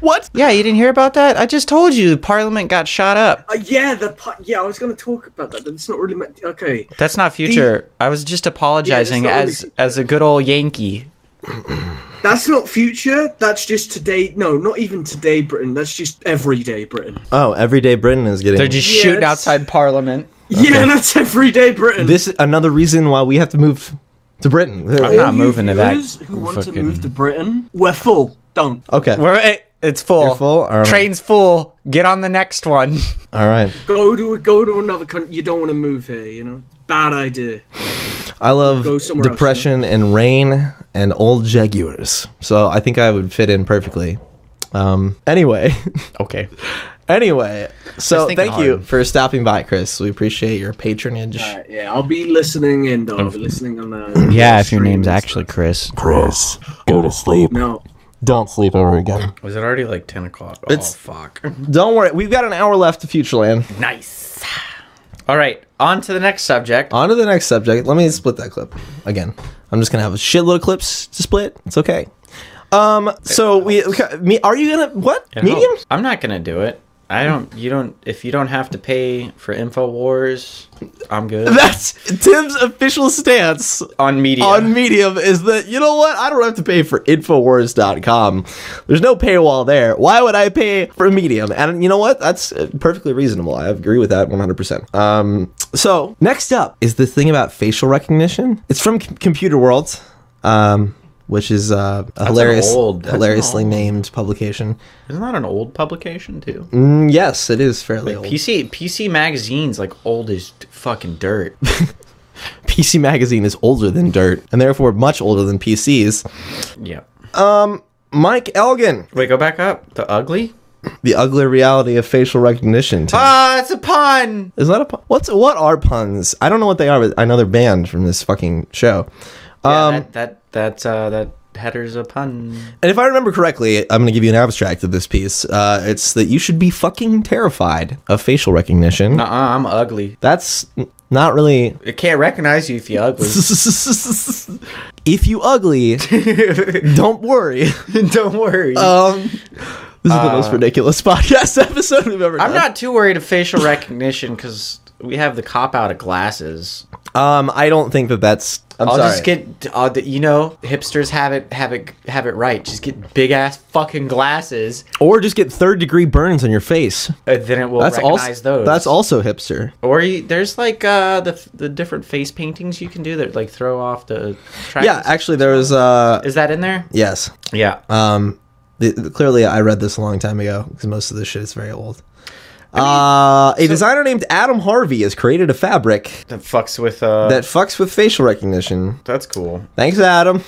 Speaker 3: What?
Speaker 7: Yeah, you didn't hear about that? I just told you Parliament got shot up.
Speaker 8: Uh, yeah, the pu- yeah. I was gonna talk about that. but It's not really my- okay.
Speaker 7: That's not future. I was just apologizing
Speaker 8: Yeah,
Speaker 7: as
Speaker 8: that's not
Speaker 7: as a good old Yankee.
Speaker 8: That's not future. That's just today. No, not even today Britain. That's just everyday Britain.
Speaker 3: Oh, everyday Britain is getting.
Speaker 7: They're just
Speaker 8: Yeah,
Speaker 7: shooting
Speaker 8: that's-
Speaker 7: outside Parliament.
Speaker 8: Yeah, that's everyday Britain.
Speaker 3: this is another reason why we have to move to Britain.
Speaker 7: I'm not
Speaker 8: you
Speaker 7: moving to that
Speaker 8: viewers Who want to
Speaker 7: fucking-
Speaker 8: move to Britain? We're full. Don't.
Speaker 3: Okay.
Speaker 7: We're, it- it's full.
Speaker 3: You're full? All right.
Speaker 7: Train's full. Get on the next one.
Speaker 3: All right.
Speaker 8: Go to go to another country. You don't want to move here. You know, bad idea.
Speaker 3: I love
Speaker 8: Go somewhere else,
Speaker 3: depression and rain and old Jaguars. So I think I would fit in perfectly. Um. Anyway. <laughs>
Speaker 7: Okay.
Speaker 3: anyway. So
Speaker 7: was thinking
Speaker 3: thank you
Speaker 7: hard.
Speaker 3: for stopping by, Chris. We appreciate your patronage.
Speaker 8: All right, yeah, I'll be listening in though. I'll be listening on uh, the.
Speaker 7: Oh. Yeah, if your name's actually Chris.
Speaker 3: Chris, go to sleep.
Speaker 8: No.
Speaker 3: Don't sleep ever again.
Speaker 7: Was it already like 10 o'clock? Oh,
Speaker 3: It's-
Speaker 7: fuck.
Speaker 3: Don't worry. We've got an hour left to Futureland.
Speaker 7: Nice. All right, on to the next subject.
Speaker 3: On to the next subject. Let me split that clip again. I'm just gonna have a shitload of clips to split. It's okay. Um. So we okay, me. Are you gonna what
Speaker 7: It
Speaker 3: medium? <laughs>
Speaker 7: helps. oh, I'm not gonna do it. I don't. You don't. If you don't have to pay for Infowars, I'm good.
Speaker 3: <laughs> That's Tim's official stance
Speaker 7: on media.
Speaker 3: on Medium is that you know what? I don't have to pay for Infowars.com. There's no paywall there. Why would I pay for Medium? And you know what? That's uh, perfectly reasonable. I agree with that 100%. Um, so next up is this thing about facial recognition. It's from Com- Computer World. Um, which is uh, a hilarious,
Speaker 7: old- that's an
Speaker 3: hilariously
Speaker 7: old-
Speaker 3: named publication.
Speaker 7: Isn't that an old publication too?
Speaker 3: Mm, yes, it is fairly old.
Speaker 7: PC PC magazine's like old as t- fucking
Speaker 3: <laughs>
Speaker 7: dirt.
Speaker 3: PC Magazine is older than Dirt, and therefore much older than PCs.
Speaker 7: yeah.
Speaker 3: Mike Elgin,
Speaker 7: Wait, go back up. The ugly.
Speaker 3: the ugly reality of facial recognition. Tim.
Speaker 7: Ah, it's a pun.
Speaker 3: Is that a Uh, pun? What's what are puns? I don't know what they are, but I know they're banned from this fucking show.
Speaker 7: Yeah,
Speaker 3: um,
Speaker 7: that that that, uh, that header's a pun.
Speaker 3: and if I remember correctly, I'm going to give you an abstract of this piece. Uh, it's that you should be fucking terrified of facial recognition.
Speaker 7: Uh, uh I'm ugly.
Speaker 3: That's n- not really. <laughs>
Speaker 7: It can't recognize you if you're ugly.
Speaker 3: if you
Speaker 7: <laughs>
Speaker 3: ugly, don't worry.
Speaker 7: Don't worry.
Speaker 3: Um, this is the most ridiculous <laughs> podcast episode we've ever done.
Speaker 7: Uh, I'm not too worried of facial recognition because we have the cop out of glasses.
Speaker 3: Um, I don't think that that's. I'm
Speaker 7: I'll
Speaker 3: sorry.
Speaker 7: just get, uh, the, you know, hipsters have it, have it, have it right. Just get big ass fucking glasses,
Speaker 3: or just get third degree burns on your face.
Speaker 7: uh, then it will
Speaker 3: That's
Speaker 7: recognize
Speaker 3: also
Speaker 7: those.
Speaker 3: that's also hipster.
Speaker 7: Or you, there's like uh, the f- the different face paintings you can do that like throw off the. Tracks.
Speaker 3: Yeah, actually, there was. Uh,
Speaker 7: is that in there?
Speaker 3: yes.
Speaker 7: Yeah.
Speaker 3: Um, the, the- clearly, I read this a long time ago because most of this shit is very old. uh, a designer named Adam Harvey has created a fabric
Speaker 7: that fucks with. Uh,
Speaker 3: that fucks with facial recognition.
Speaker 7: that's cool.
Speaker 3: Thanks,
Speaker 7: <laughs>
Speaker 3: Adam.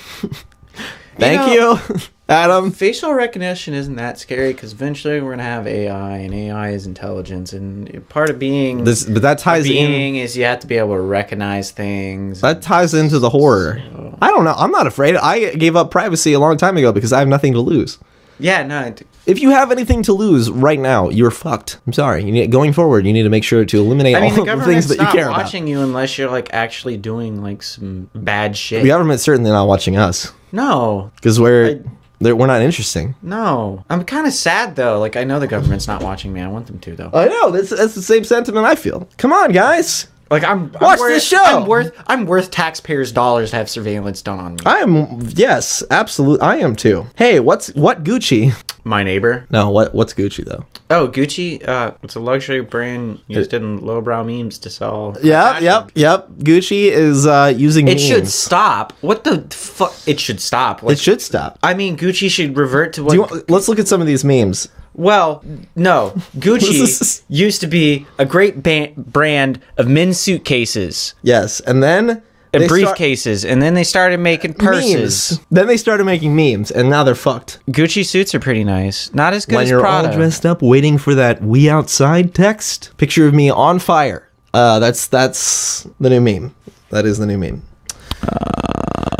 Speaker 3: Thank you, <laughs>
Speaker 7: know-
Speaker 3: Adam.
Speaker 7: facial recognition isn't that scary because eventually we're gonna have AI and AI is intelligence and part of being
Speaker 3: This, but that ties in.
Speaker 7: being is you have to be able to recognize things.
Speaker 3: That ties into the horror. I don't know. I'm not afraid. I gave up privacy a long time ago because I have nothing to lose.
Speaker 7: yeah, no, it-
Speaker 3: If you have anything to lose right now, you're fucked. I'm sorry. You need, going forward, you need to make sure to eliminate
Speaker 7: I mean the
Speaker 3: all the things
Speaker 7: government's
Speaker 3: that you
Speaker 7: not
Speaker 3: care
Speaker 7: watching you unless you're like actually doing like some bad shit.
Speaker 3: about. The government's certainly not watching us
Speaker 7: no,
Speaker 3: because we're they're we're not interesting.
Speaker 7: no, I'm kind of sad though. Like I know the government's not watching me. I want them to though.
Speaker 3: I know. That's that's the same sentiment I feel. Come on, guys.
Speaker 7: Like I'm, I'm
Speaker 3: Watch
Speaker 7: worth,
Speaker 3: this show!
Speaker 7: I'm worth I'm worth taxpayers' dollars to have surveillance done on me.
Speaker 3: I am yes, absolutely. I am too. Hey, what's what Gucci?
Speaker 7: My neighbor.
Speaker 3: No, what what's Gucci though?
Speaker 7: Oh, Gucci. Uh, it's a luxury brand used in lowbrow memes to sell.
Speaker 3: Yep, yep, yep. Gucci is uh, using.
Speaker 7: It should
Speaker 3: memes.
Speaker 7: stop. What the fuck? It should stop. Like,
Speaker 3: It should stop.
Speaker 7: I mean, Gucci should revert to what.
Speaker 3: Do you want, let's look at some of these memes.
Speaker 7: well,
Speaker 3: <laughs>
Speaker 7: no. Gucci used to be a great ba- brand of men's suitcases
Speaker 3: Yes, and then
Speaker 7: and
Speaker 3: they start-
Speaker 7: briefcases, and then they started making purses.
Speaker 3: Memes. Then they started making memes, and now they're fucked.
Speaker 7: Gucci suits are pretty nice. Not as good
Speaker 3: when
Speaker 7: as
Speaker 3: you're
Speaker 7: Prada.
Speaker 3: all dressed up, waiting for that "We outside" text, picture of me on fire. Uh, that's that's the new meme. That is the new meme.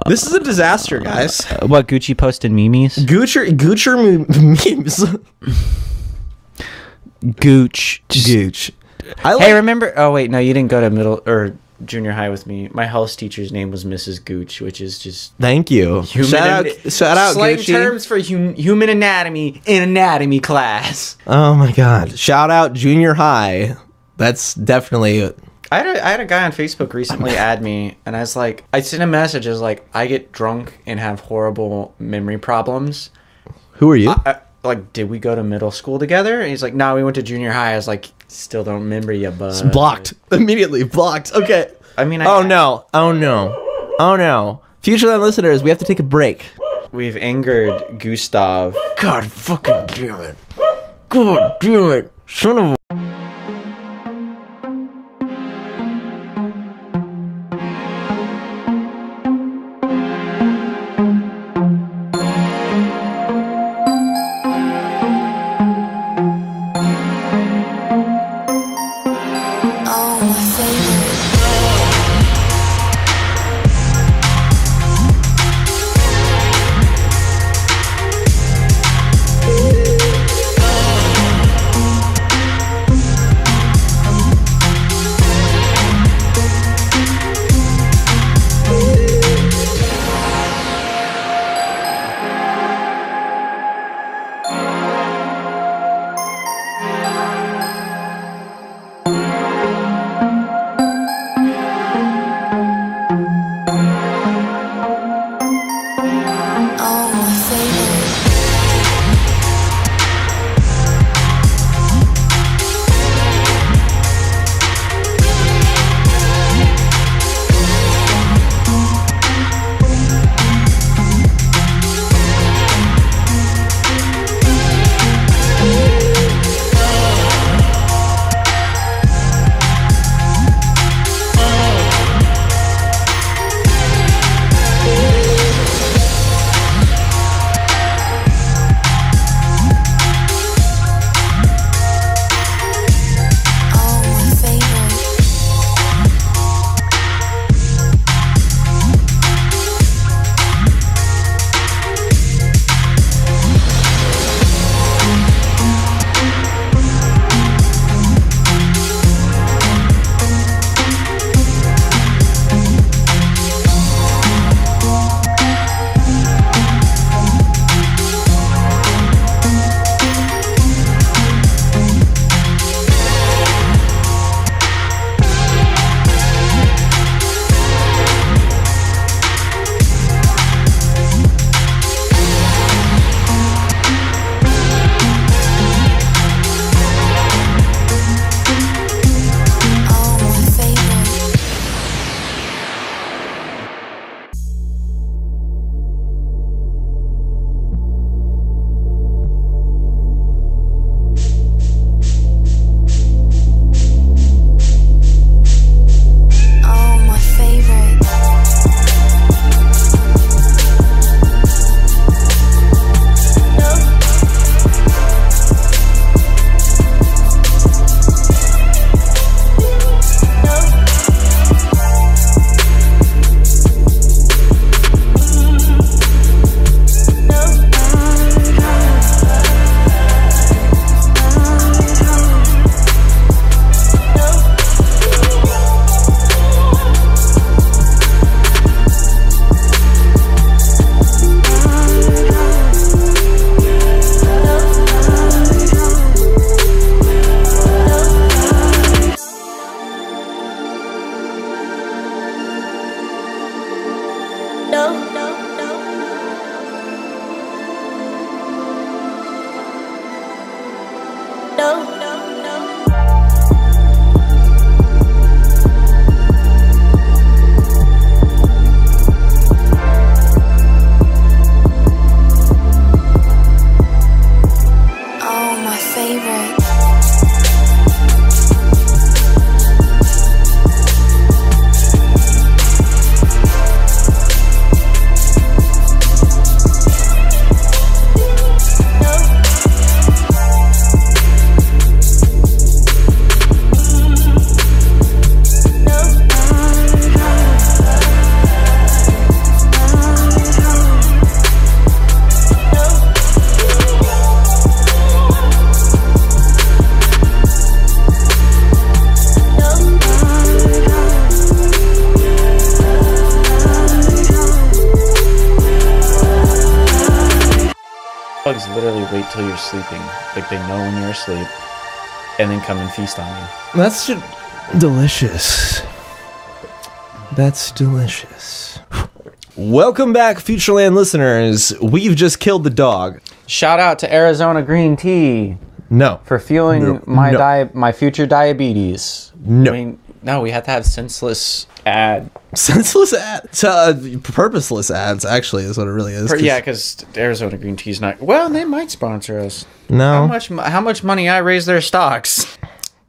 Speaker 3: this is a disaster, guys.
Speaker 7: Uh, what Gucci posted memes?
Speaker 3: Gucci Gucci mo- memes.
Speaker 7: Gooch.
Speaker 3: Gooch. I like.
Speaker 7: Hey, remember? Oh wait, no, you didn't go to middle or junior high with me. My health teacher's name was Mrs. Gooch, which is just
Speaker 3: thank you. shout out,
Speaker 7: ana-
Speaker 3: shout out,
Speaker 7: slang
Speaker 3: Gucci.
Speaker 7: terms for hum- human anatomy in anatomy class.
Speaker 3: Oh my god! Shout out, junior high. That's definitely
Speaker 7: I had a, I had a guy on Facebook recently add me, and I was like, I sent a message. I was like, I get drunk and have horrible memory problems.
Speaker 3: who are you?
Speaker 7: I, like, did we go to middle school together? And he's like, No, we went to junior high. I was like, Still don't remember you, bud.
Speaker 3: blocked immediately. Blocked. Okay.
Speaker 7: I mean, I,
Speaker 3: Oh no! Oh no! Oh no! Futureland listeners, we have to take a break.
Speaker 7: We've angered Gustav.
Speaker 3: God fucking damn it! God damn it! Son of. a-
Speaker 2: Oh, my favorite.
Speaker 7: bugs literally wait till you're sleeping. Like they know when you're asleep, and then come and feast on you.
Speaker 3: That's ju- delicious. That's delicious. Welcome back, Futureland listeners. We've just killed the dog.
Speaker 7: Shout out to Arizona Green Tea
Speaker 3: No.
Speaker 7: for fueling
Speaker 3: No,
Speaker 7: my
Speaker 3: no.
Speaker 7: di- my future diabetes.
Speaker 3: No.
Speaker 7: I mean, no, we have to have senseless ad.
Speaker 3: Senseless ads. Uh, purposeless ads, actually, is what it really is.
Speaker 7: For,
Speaker 3: 'cause-
Speaker 7: yeah, because Arizona Green Tea's not. Well, they might sponsor us. How
Speaker 3: No.
Speaker 7: much? mo- How much money I raise their stocks?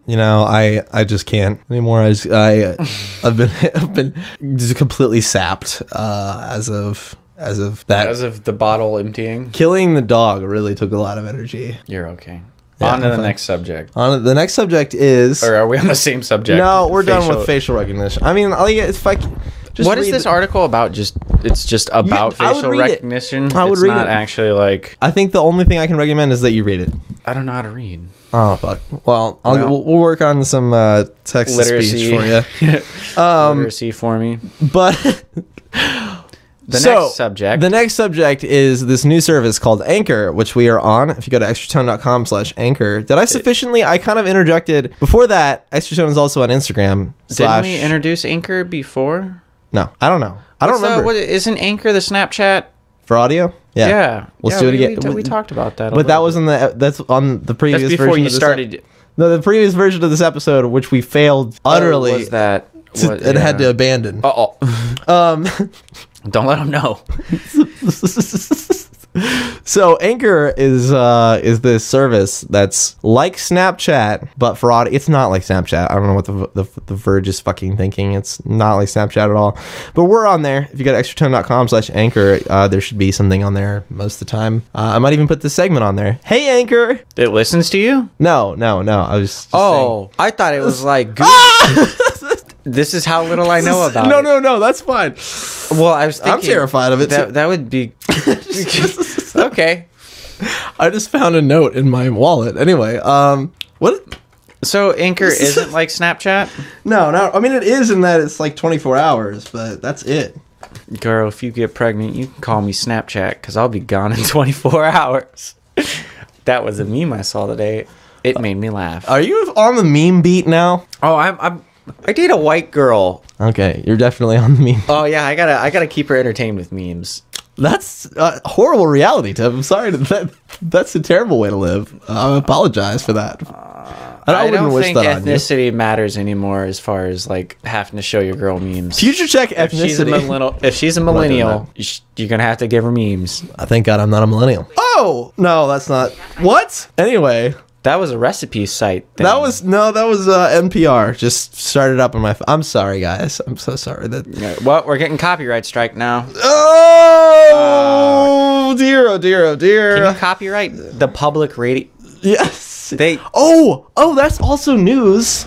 Speaker 3: You know, I, I just can't anymore. I, just, I uh, I've been <laughs> I've been just completely sapped uh, as of as of that.
Speaker 7: As of the bottle emptying.
Speaker 3: Killing the dog really took a lot of energy.
Speaker 7: You're okay.
Speaker 3: Yeah,
Speaker 7: on to
Speaker 3: I'm
Speaker 7: the
Speaker 3: fine.
Speaker 7: next subject.
Speaker 3: On to- the next subject is
Speaker 7: Or are we on the same subject?
Speaker 3: No, we're done with
Speaker 7: Facial-
Speaker 3: facial recognition. I mean, like, if I c- just
Speaker 7: what is
Speaker 3: read
Speaker 7: this
Speaker 3: the-
Speaker 7: article about? Just it's just about
Speaker 3: I would
Speaker 7: facial
Speaker 3: read it.
Speaker 7: recognition.
Speaker 3: I would
Speaker 7: it's
Speaker 3: read
Speaker 7: not
Speaker 3: it.
Speaker 7: actually like
Speaker 3: I think the only thing I can recommend is that you read it.
Speaker 7: I don't know how to read.
Speaker 3: Oh fuck. Well, I'll,
Speaker 7: Well.
Speaker 3: we'll, we'll work on some uh, text to speech
Speaker 7: Literacy.
Speaker 3: for
Speaker 7: <laughs>
Speaker 3: you. Um,
Speaker 7: Literacy for me.
Speaker 3: But
Speaker 7: The
Speaker 3: so,
Speaker 7: next subject.
Speaker 3: The next subject is this new service called Anchor, which we are on. If you go to extratone.com slash anchor. Did I sufficiently I kind of interjected before that, Extratone is also on Instagram.
Speaker 7: Didn't
Speaker 3: slash,
Speaker 7: we introduce Anchor before?
Speaker 3: No, I don't know. I don't
Speaker 7: What's the-
Speaker 3: remember.
Speaker 7: what- isn't Anchor the Snapchat?
Speaker 3: for audio?
Speaker 7: Yeah.
Speaker 3: Yeah. Let's
Speaker 7: Yeah,
Speaker 3: do it
Speaker 7: we-
Speaker 3: again.
Speaker 7: We, we talked about that. a
Speaker 3: But that
Speaker 7: little
Speaker 3: was
Speaker 7: bit.
Speaker 3: in the uh, that's on the previous
Speaker 7: that's before
Speaker 3: version
Speaker 7: you
Speaker 3: of this
Speaker 7: started.
Speaker 3: No, the previous version of this episode, which we failed utterly,
Speaker 7: Oh, was that
Speaker 3: to-
Speaker 7: what-
Speaker 3: and had to
Speaker 7: yeah. Oh.
Speaker 3: abandon.
Speaker 7: Uh-oh. <laughs>
Speaker 3: Um, <laughs>
Speaker 7: Don't let them know.
Speaker 3: so Anchor is uh, is this service that's like Snapchat, but for audio. It's not like Snapchat. I don't know what the, the the Verge is fucking thinking. It's not like Snapchat at all. But we're on there. If you go to extratone.com slash anchor, uh, there should be something on there most of the time. Uh, I might even put this segment on there. Hey Anchor.
Speaker 7: It listens to you.
Speaker 3: No, no, no. I was. Just saying.
Speaker 7: Oh, I thought it <laughs> was like. Goo- this is how
Speaker 3: <laughs>
Speaker 7: little <laughs> I know about.
Speaker 3: No,
Speaker 7: it.
Speaker 3: no, no. That's fine.
Speaker 7: Well, I was. Thinking,
Speaker 3: I'm terrified of it, too.
Speaker 7: That, that would be. <laughs> okay.
Speaker 3: I just found a note in my wallet. Anyway, um, what?
Speaker 7: So <laughs> Anchor isn't like Snapchat.
Speaker 3: No, no. I mean, it is in that it's like 24 hours, but that's it.
Speaker 7: Girl, if you get pregnant, you can call me Snapchat because I'll be gone in <laughs> 24 hours. <laughs> that was a meme I saw today. It made me laugh.
Speaker 3: Are you on the meme beat now?
Speaker 7: Oh, I'm. I'm I date a white girl.
Speaker 3: Okay, you're definitely on the meme. <laughs>
Speaker 7: Oh yeah, I gotta. I gotta keep her entertained with memes.
Speaker 3: That's uh, horrible reality, Tim. I'm sorry. That, that's a terrible way to live. I apologize for that. And I,
Speaker 7: I,
Speaker 3: wouldn't
Speaker 7: don't
Speaker 3: wish
Speaker 7: think
Speaker 3: that on you.
Speaker 7: ethnicity matters anymore as far as like having to show your girl memes.
Speaker 3: Future check
Speaker 7: If she's a
Speaker 3: ethnicity.
Speaker 7: millennial, if she's a
Speaker 3: doing
Speaker 7: millennial, you sh- you're gonna have to give her memes.
Speaker 3: I thank God I'm not a millennial. Oh no, that's not. What? Anyway,
Speaker 7: That was a recipe site. Thing.
Speaker 3: That was no, that was uh, NPR. Just started up on my. F- I'm sorry, guys. I'm so sorry that.
Speaker 7: Yeah, Well, we're getting copyright strike now.
Speaker 3: Oh dear, oh dear, oh
Speaker 7: Uh, Can
Speaker 3: dear.
Speaker 7: you copyright the public radio?
Speaker 3: yes.
Speaker 7: They
Speaker 3: oh, oh, that's also news.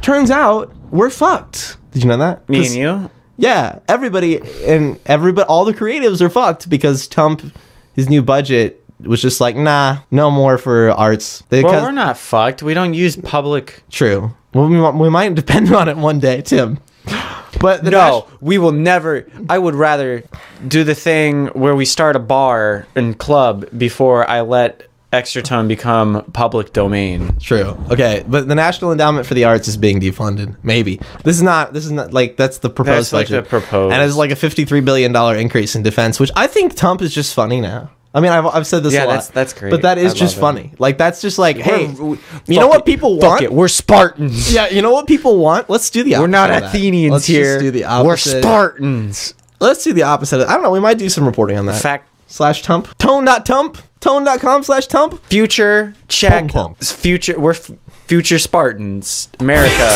Speaker 3: Turns out we're fucked. Did you know that?
Speaker 7: me
Speaker 3: 'Cause-
Speaker 7: and you.
Speaker 3: Yeah, everybody and everybody, all the creatives are fucked because Trump, his new budget was just like, nah, no more for arts. They
Speaker 7: Well,
Speaker 3: cut-
Speaker 7: we're not fucked. We don't use public.
Speaker 3: True. Well, we, mi- we might depend <laughs> on it one day, Tim. But the
Speaker 7: No, we will never. I would rather do the thing where we start a bar and club before I let Extratone become public domain.
Speaker 3: True. Okay, but the National Endowment for the Arts is being defunded. Maybe this is not. This is not like that's the proposed
Speaker 7: That's like
Speaker 3: budget.
Speaker 7: the proposed.
Speaker 3: and it's like a fifty-three billion dollar increase in defense, which I think Trump is just funny now. I mean, I've, I've said this a
Speaker 7: Yeah,
Speaker 3: lot.
Speaker 7: that's- that's great.
Speaker 3: But that
Speaker 7: I
Speaker 3: is
Speaker 7: love
Speaker 3: just
Speaker 7: it.
Speaker 3: funny. Like that's just like, hey,
Speaker 7: We're- we-
Speaker 3: you know
Speaker 7: fuck
Speaker 3: what
Speaker 7: it.
Speaker 3: people
Speaker 7: Fuck
Speaker 3: want?
Speaker 7: it, We're Spartans.
Speaker 3: yeah, you know what people want? Let's do the.
Speaker 7: We're not
Speaker 3: opposite of that.
Speaker 7: Athenians
Speaker 3: Let's
Speaker 7: here.
Speaker 3: Just do the
Speaker 7: We're
Speaker 3: opposite.
Speaker 7: Spartans.
Speaker 3: Let's do the opposite. Of, I don't know. We might do some reporting on that.
Speaker 7: Fact
Speaker 3: slash Tump. Tone dot Tump. Tone dot com slash Tump.
Speaker 7: future check
Speaker 3: Pom-pom.
Speaker 7: future we're f- future Spartans. America.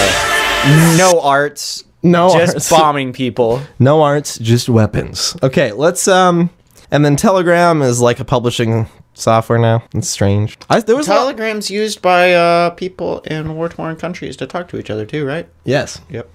Speaker 7: no arts.
Speaker 3: No
Speaker 7: just
Speaker 3: arts. <laughs>
Speaker 7: bombing people.
Speaker 3: No arts, just weapons. Okay, let's um, and then Telegram is like a publishing software now. It's strange. I, there was a lot-
Speaker 7: Telegrams used by uh, people in war torn countries to talk to each other too, right?
Speaker 3: yes.
Speaker 7: Yep.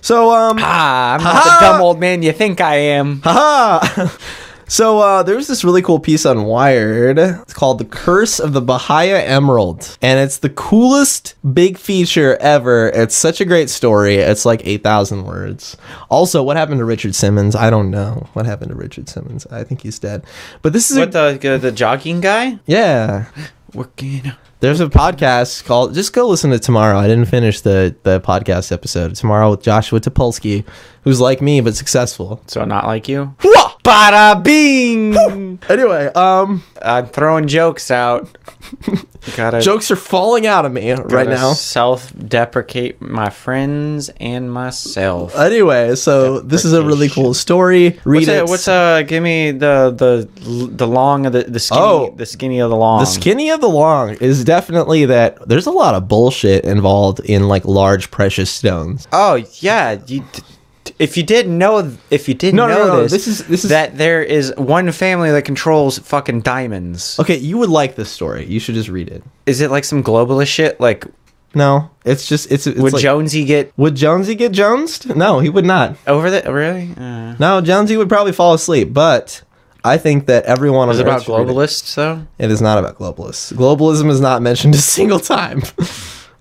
Speaker 3: So um,
Speaker 7: Ah, I'm not the dumb old man you think I am.
Speaker 3: haha. <laughs> So uh, there's this really cool piece on Wired. It's called "The Curse of the Bahia Emerald," and it's the coolest big feature ever. It's such a great story. It's like eight thousand words. Also, what happened to Richard Simmons? I don't know what happened to Richard Simmons. I think he's dead. But this is a,
Speaker 7: What the the jogging guy?
Speaker 3: yeah.
Speaker 7: Working.
Speaker 3: There's a podcast called. Just go listen to tomorrow. I didn't finish the the podcast episode. Tomorrow with Joshua Topolsky, who's like me but successful.
Speaker 7: So not like you.
Speaker 3: Wah!
Speaker 7: Bada bing!
Speaker 3: Anyway, um,
Speaker 7: I'm throwing jokes out. <laughs> gotta
Speaker 3: jokes are falling out of me right now.
Speaker 7: Self-deprecate my friends and myself.
Speaker 3: Anyway, so this is a really cool story. Read
Speaker 7: What's,
Speaker 3: it.
Speaker 7: it, what's uh? Give me the the the long of the the skinny
Speaker 3: Oh.
Speaker 7: the skinny of the long.
Speaker 3: the skinny of the long is definitely that there's a lot of bullshit involved in like large precious stones.
Speaker 7: Oh yeah, you, d- d- if you didn't know, if you didn't
Speaker 3: No, no, no,
Speaker 7: know
Speaker 3: no,
Speaker 7: this,
Speaker 3: this is- this is-
Speaker 7: that there is one family that controls fucking diamonds.
Speaker 3: Okay, you would like this story. You should just read it.
Speaker 7: Is it like some globalist shit? Like
Speaker 3: No, it's just it's, it's
Speaker 7: would
Speaker 3: like-
Speaker 7: Jonesy get
Speaker 3: would Jonesy get jonesed? No, he would not.
Speaker 7: over that? Really? Uh,
Speaker 3: No, Jonesy would probably fall asleep, but I think that everyone
Speaker 7: is
Speaker 3: on
Speaker 7: it about
Speaker 3: Earth should read it.
Speaker 7: globalists though?
Speaker 3: It is not about globalists. Globalism is not mentioned a <laughs> single time.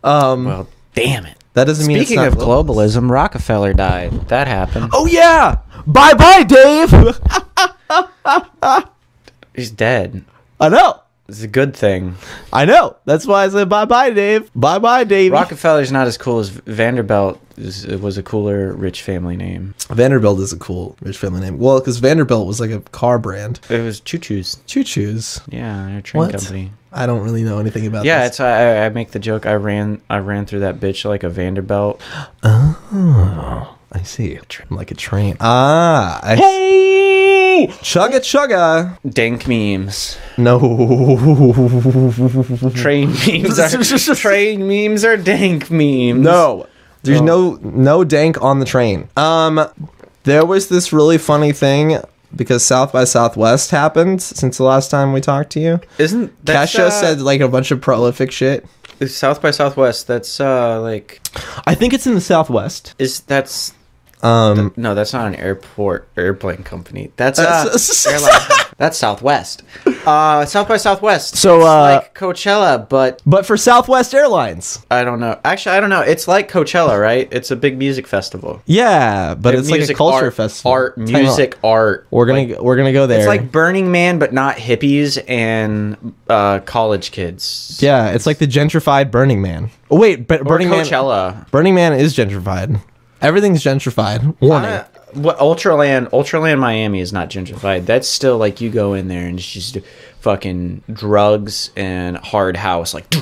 Speaker 7: Well, damn it.
Speaker 3: That doesn't mean
Speaker 7: Speaking
Speaker 3: it's
Speaker 7: of
Speaker 3: not global.
Speaker 7: globalism, Rockefeller died. That happened.
Speaker 3: Oh yeah. Bye bye, Dave. <laughs>
Speaker 7: He's dead.
Speaker 3: I know.
Speaker 7: It's a good thing.
Speaker 3: I know. That's why I said bye bye, Dave. Bye bye, Dave.
Speaker 7: Rockefeller's not as cool as Vanderbilt is, was a cooler rich family name.
Speaker 3: Vanderbilt is a cool rich family name. Well, because Vanderbilt was like a car brand.
Speaker 7: It was Choo Choo's.
Speaker 3: Choo choos.
Speaker 7: Yeah, they're a train
Speaker 3: What?
Speaker 7: company.
Speaker 3: I don't really know anything about
Speaker 7: Yeah,
Speaker 3: this.
Speaker 7: it's I, I make the joke. I ran I ran through that bitch like a Vanderbilt.
Speaker 3: I see. I'm like a train. Ah. I Chugga chugga.
Speaker 7: Dank memes,
Speaker 3: <laughs> No.
Speaker 7: train <laughs> memes
Speaker 3: <laughs>
Speaker 7: are train memes are dank memes.
Speaker 3: No. There's no. no dank on the train. Um there was this really funny thing because South by Southwest happened since the last time we talked to you.
Speaker 7: isn't that
Speaker 3: Kesha said like a bunch of prolific shit.
Speaker 7: South by Southwest? That's uh like
Speaker 3: I think it's in the Southwest.
Speaker 7: is that's
Speaker 3: Um
Speaker 7: no that's not an airport airplane company. That's uh
Speaker 3: That's-
Speaker 7: airline. company. <laughs> That's Southwest. Uh, South by Southwest.
Speaker 3: So,
Speaker 7: It's
Speaker 3: uh,
Speaker 7: like Coachella, but
Speaker 3: <laughs> but for Southwest Airlines.
Speaker 7: I don't know. Actually, I don't know. It's like Coachella, right? It's a big music festival.
Speaker 3: Yeah, but it's like a
Speaker 7: Music,
Speaker 3: culture
Speaker 7: art,
Speaker 3: festival.
Speaker 7: Art,
Speaker 3: It's kinda-
Speaker 7: music, art.
Speaker 3: We're gonna go we're gonna go there.
Speaker 7: It's like Burning Man, but not hippies and uh, college kids.
Speaker 3: yeah, it's like the gentrified Burning Man. Oh wait, but
Speaker 7: Or
Speaker 3: Burning Man
Speaker 7: Coachella.
Speaker 3: Burning Man is gentrified. Everything's gentrified. Warning.
Speaker 7: Uh, what Ultraland? Ultraland Miami is not gentrified. That's still like you go in there and it's just fucking drugs and hard house, like.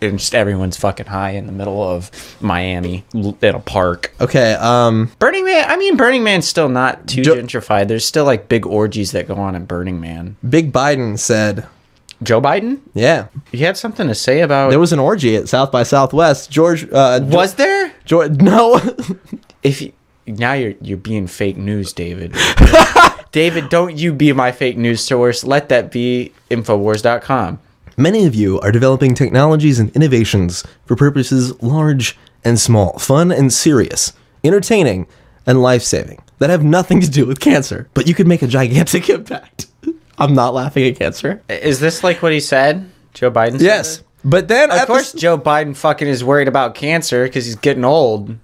Speaker 7: And just everyone's fucking high in the middle of Miami l- in a park.
Speaker 3: okay, um
Speaker 7: Burning Man, I mean, Burning Man's still not too
Speaker 3: Do-
Speaker 7: gentrified. There's still like big orgies that go on at Burning Man.
Speaker 3: Big Biden said,
Speaker 7: Joe Biden,
Speaker 3: "Yeah,
Speaker 7: you had something to say about.
Speaker 3: there was an orgy at South by Southwest." George, uh, Ge-
Speaker 7: was there?
Speaker 3: George, <laughs> no,
Speaker 7: if you, now you're you're being fake
Speaker 3: <laughs>
Speaker 7: news, David. David, don't you be my fake news source. Let that be infowars.com.
Speaker 3: many of you are developing technologies and innovations for purposes large and small, fun and serious, entertaining and life-saving that have nothing to do with cancer, but you could make a gigantic <laughs> impact. I'm not laughing at cancer.
Speaker 7: Is this like what he said? Joe Biden said
Speaker 3: Yes,
Speaker 7: this?
Speaker 3: but then
Speaker 7: Of course Joe Biden fucking is worried about cancer cuz he's getting old.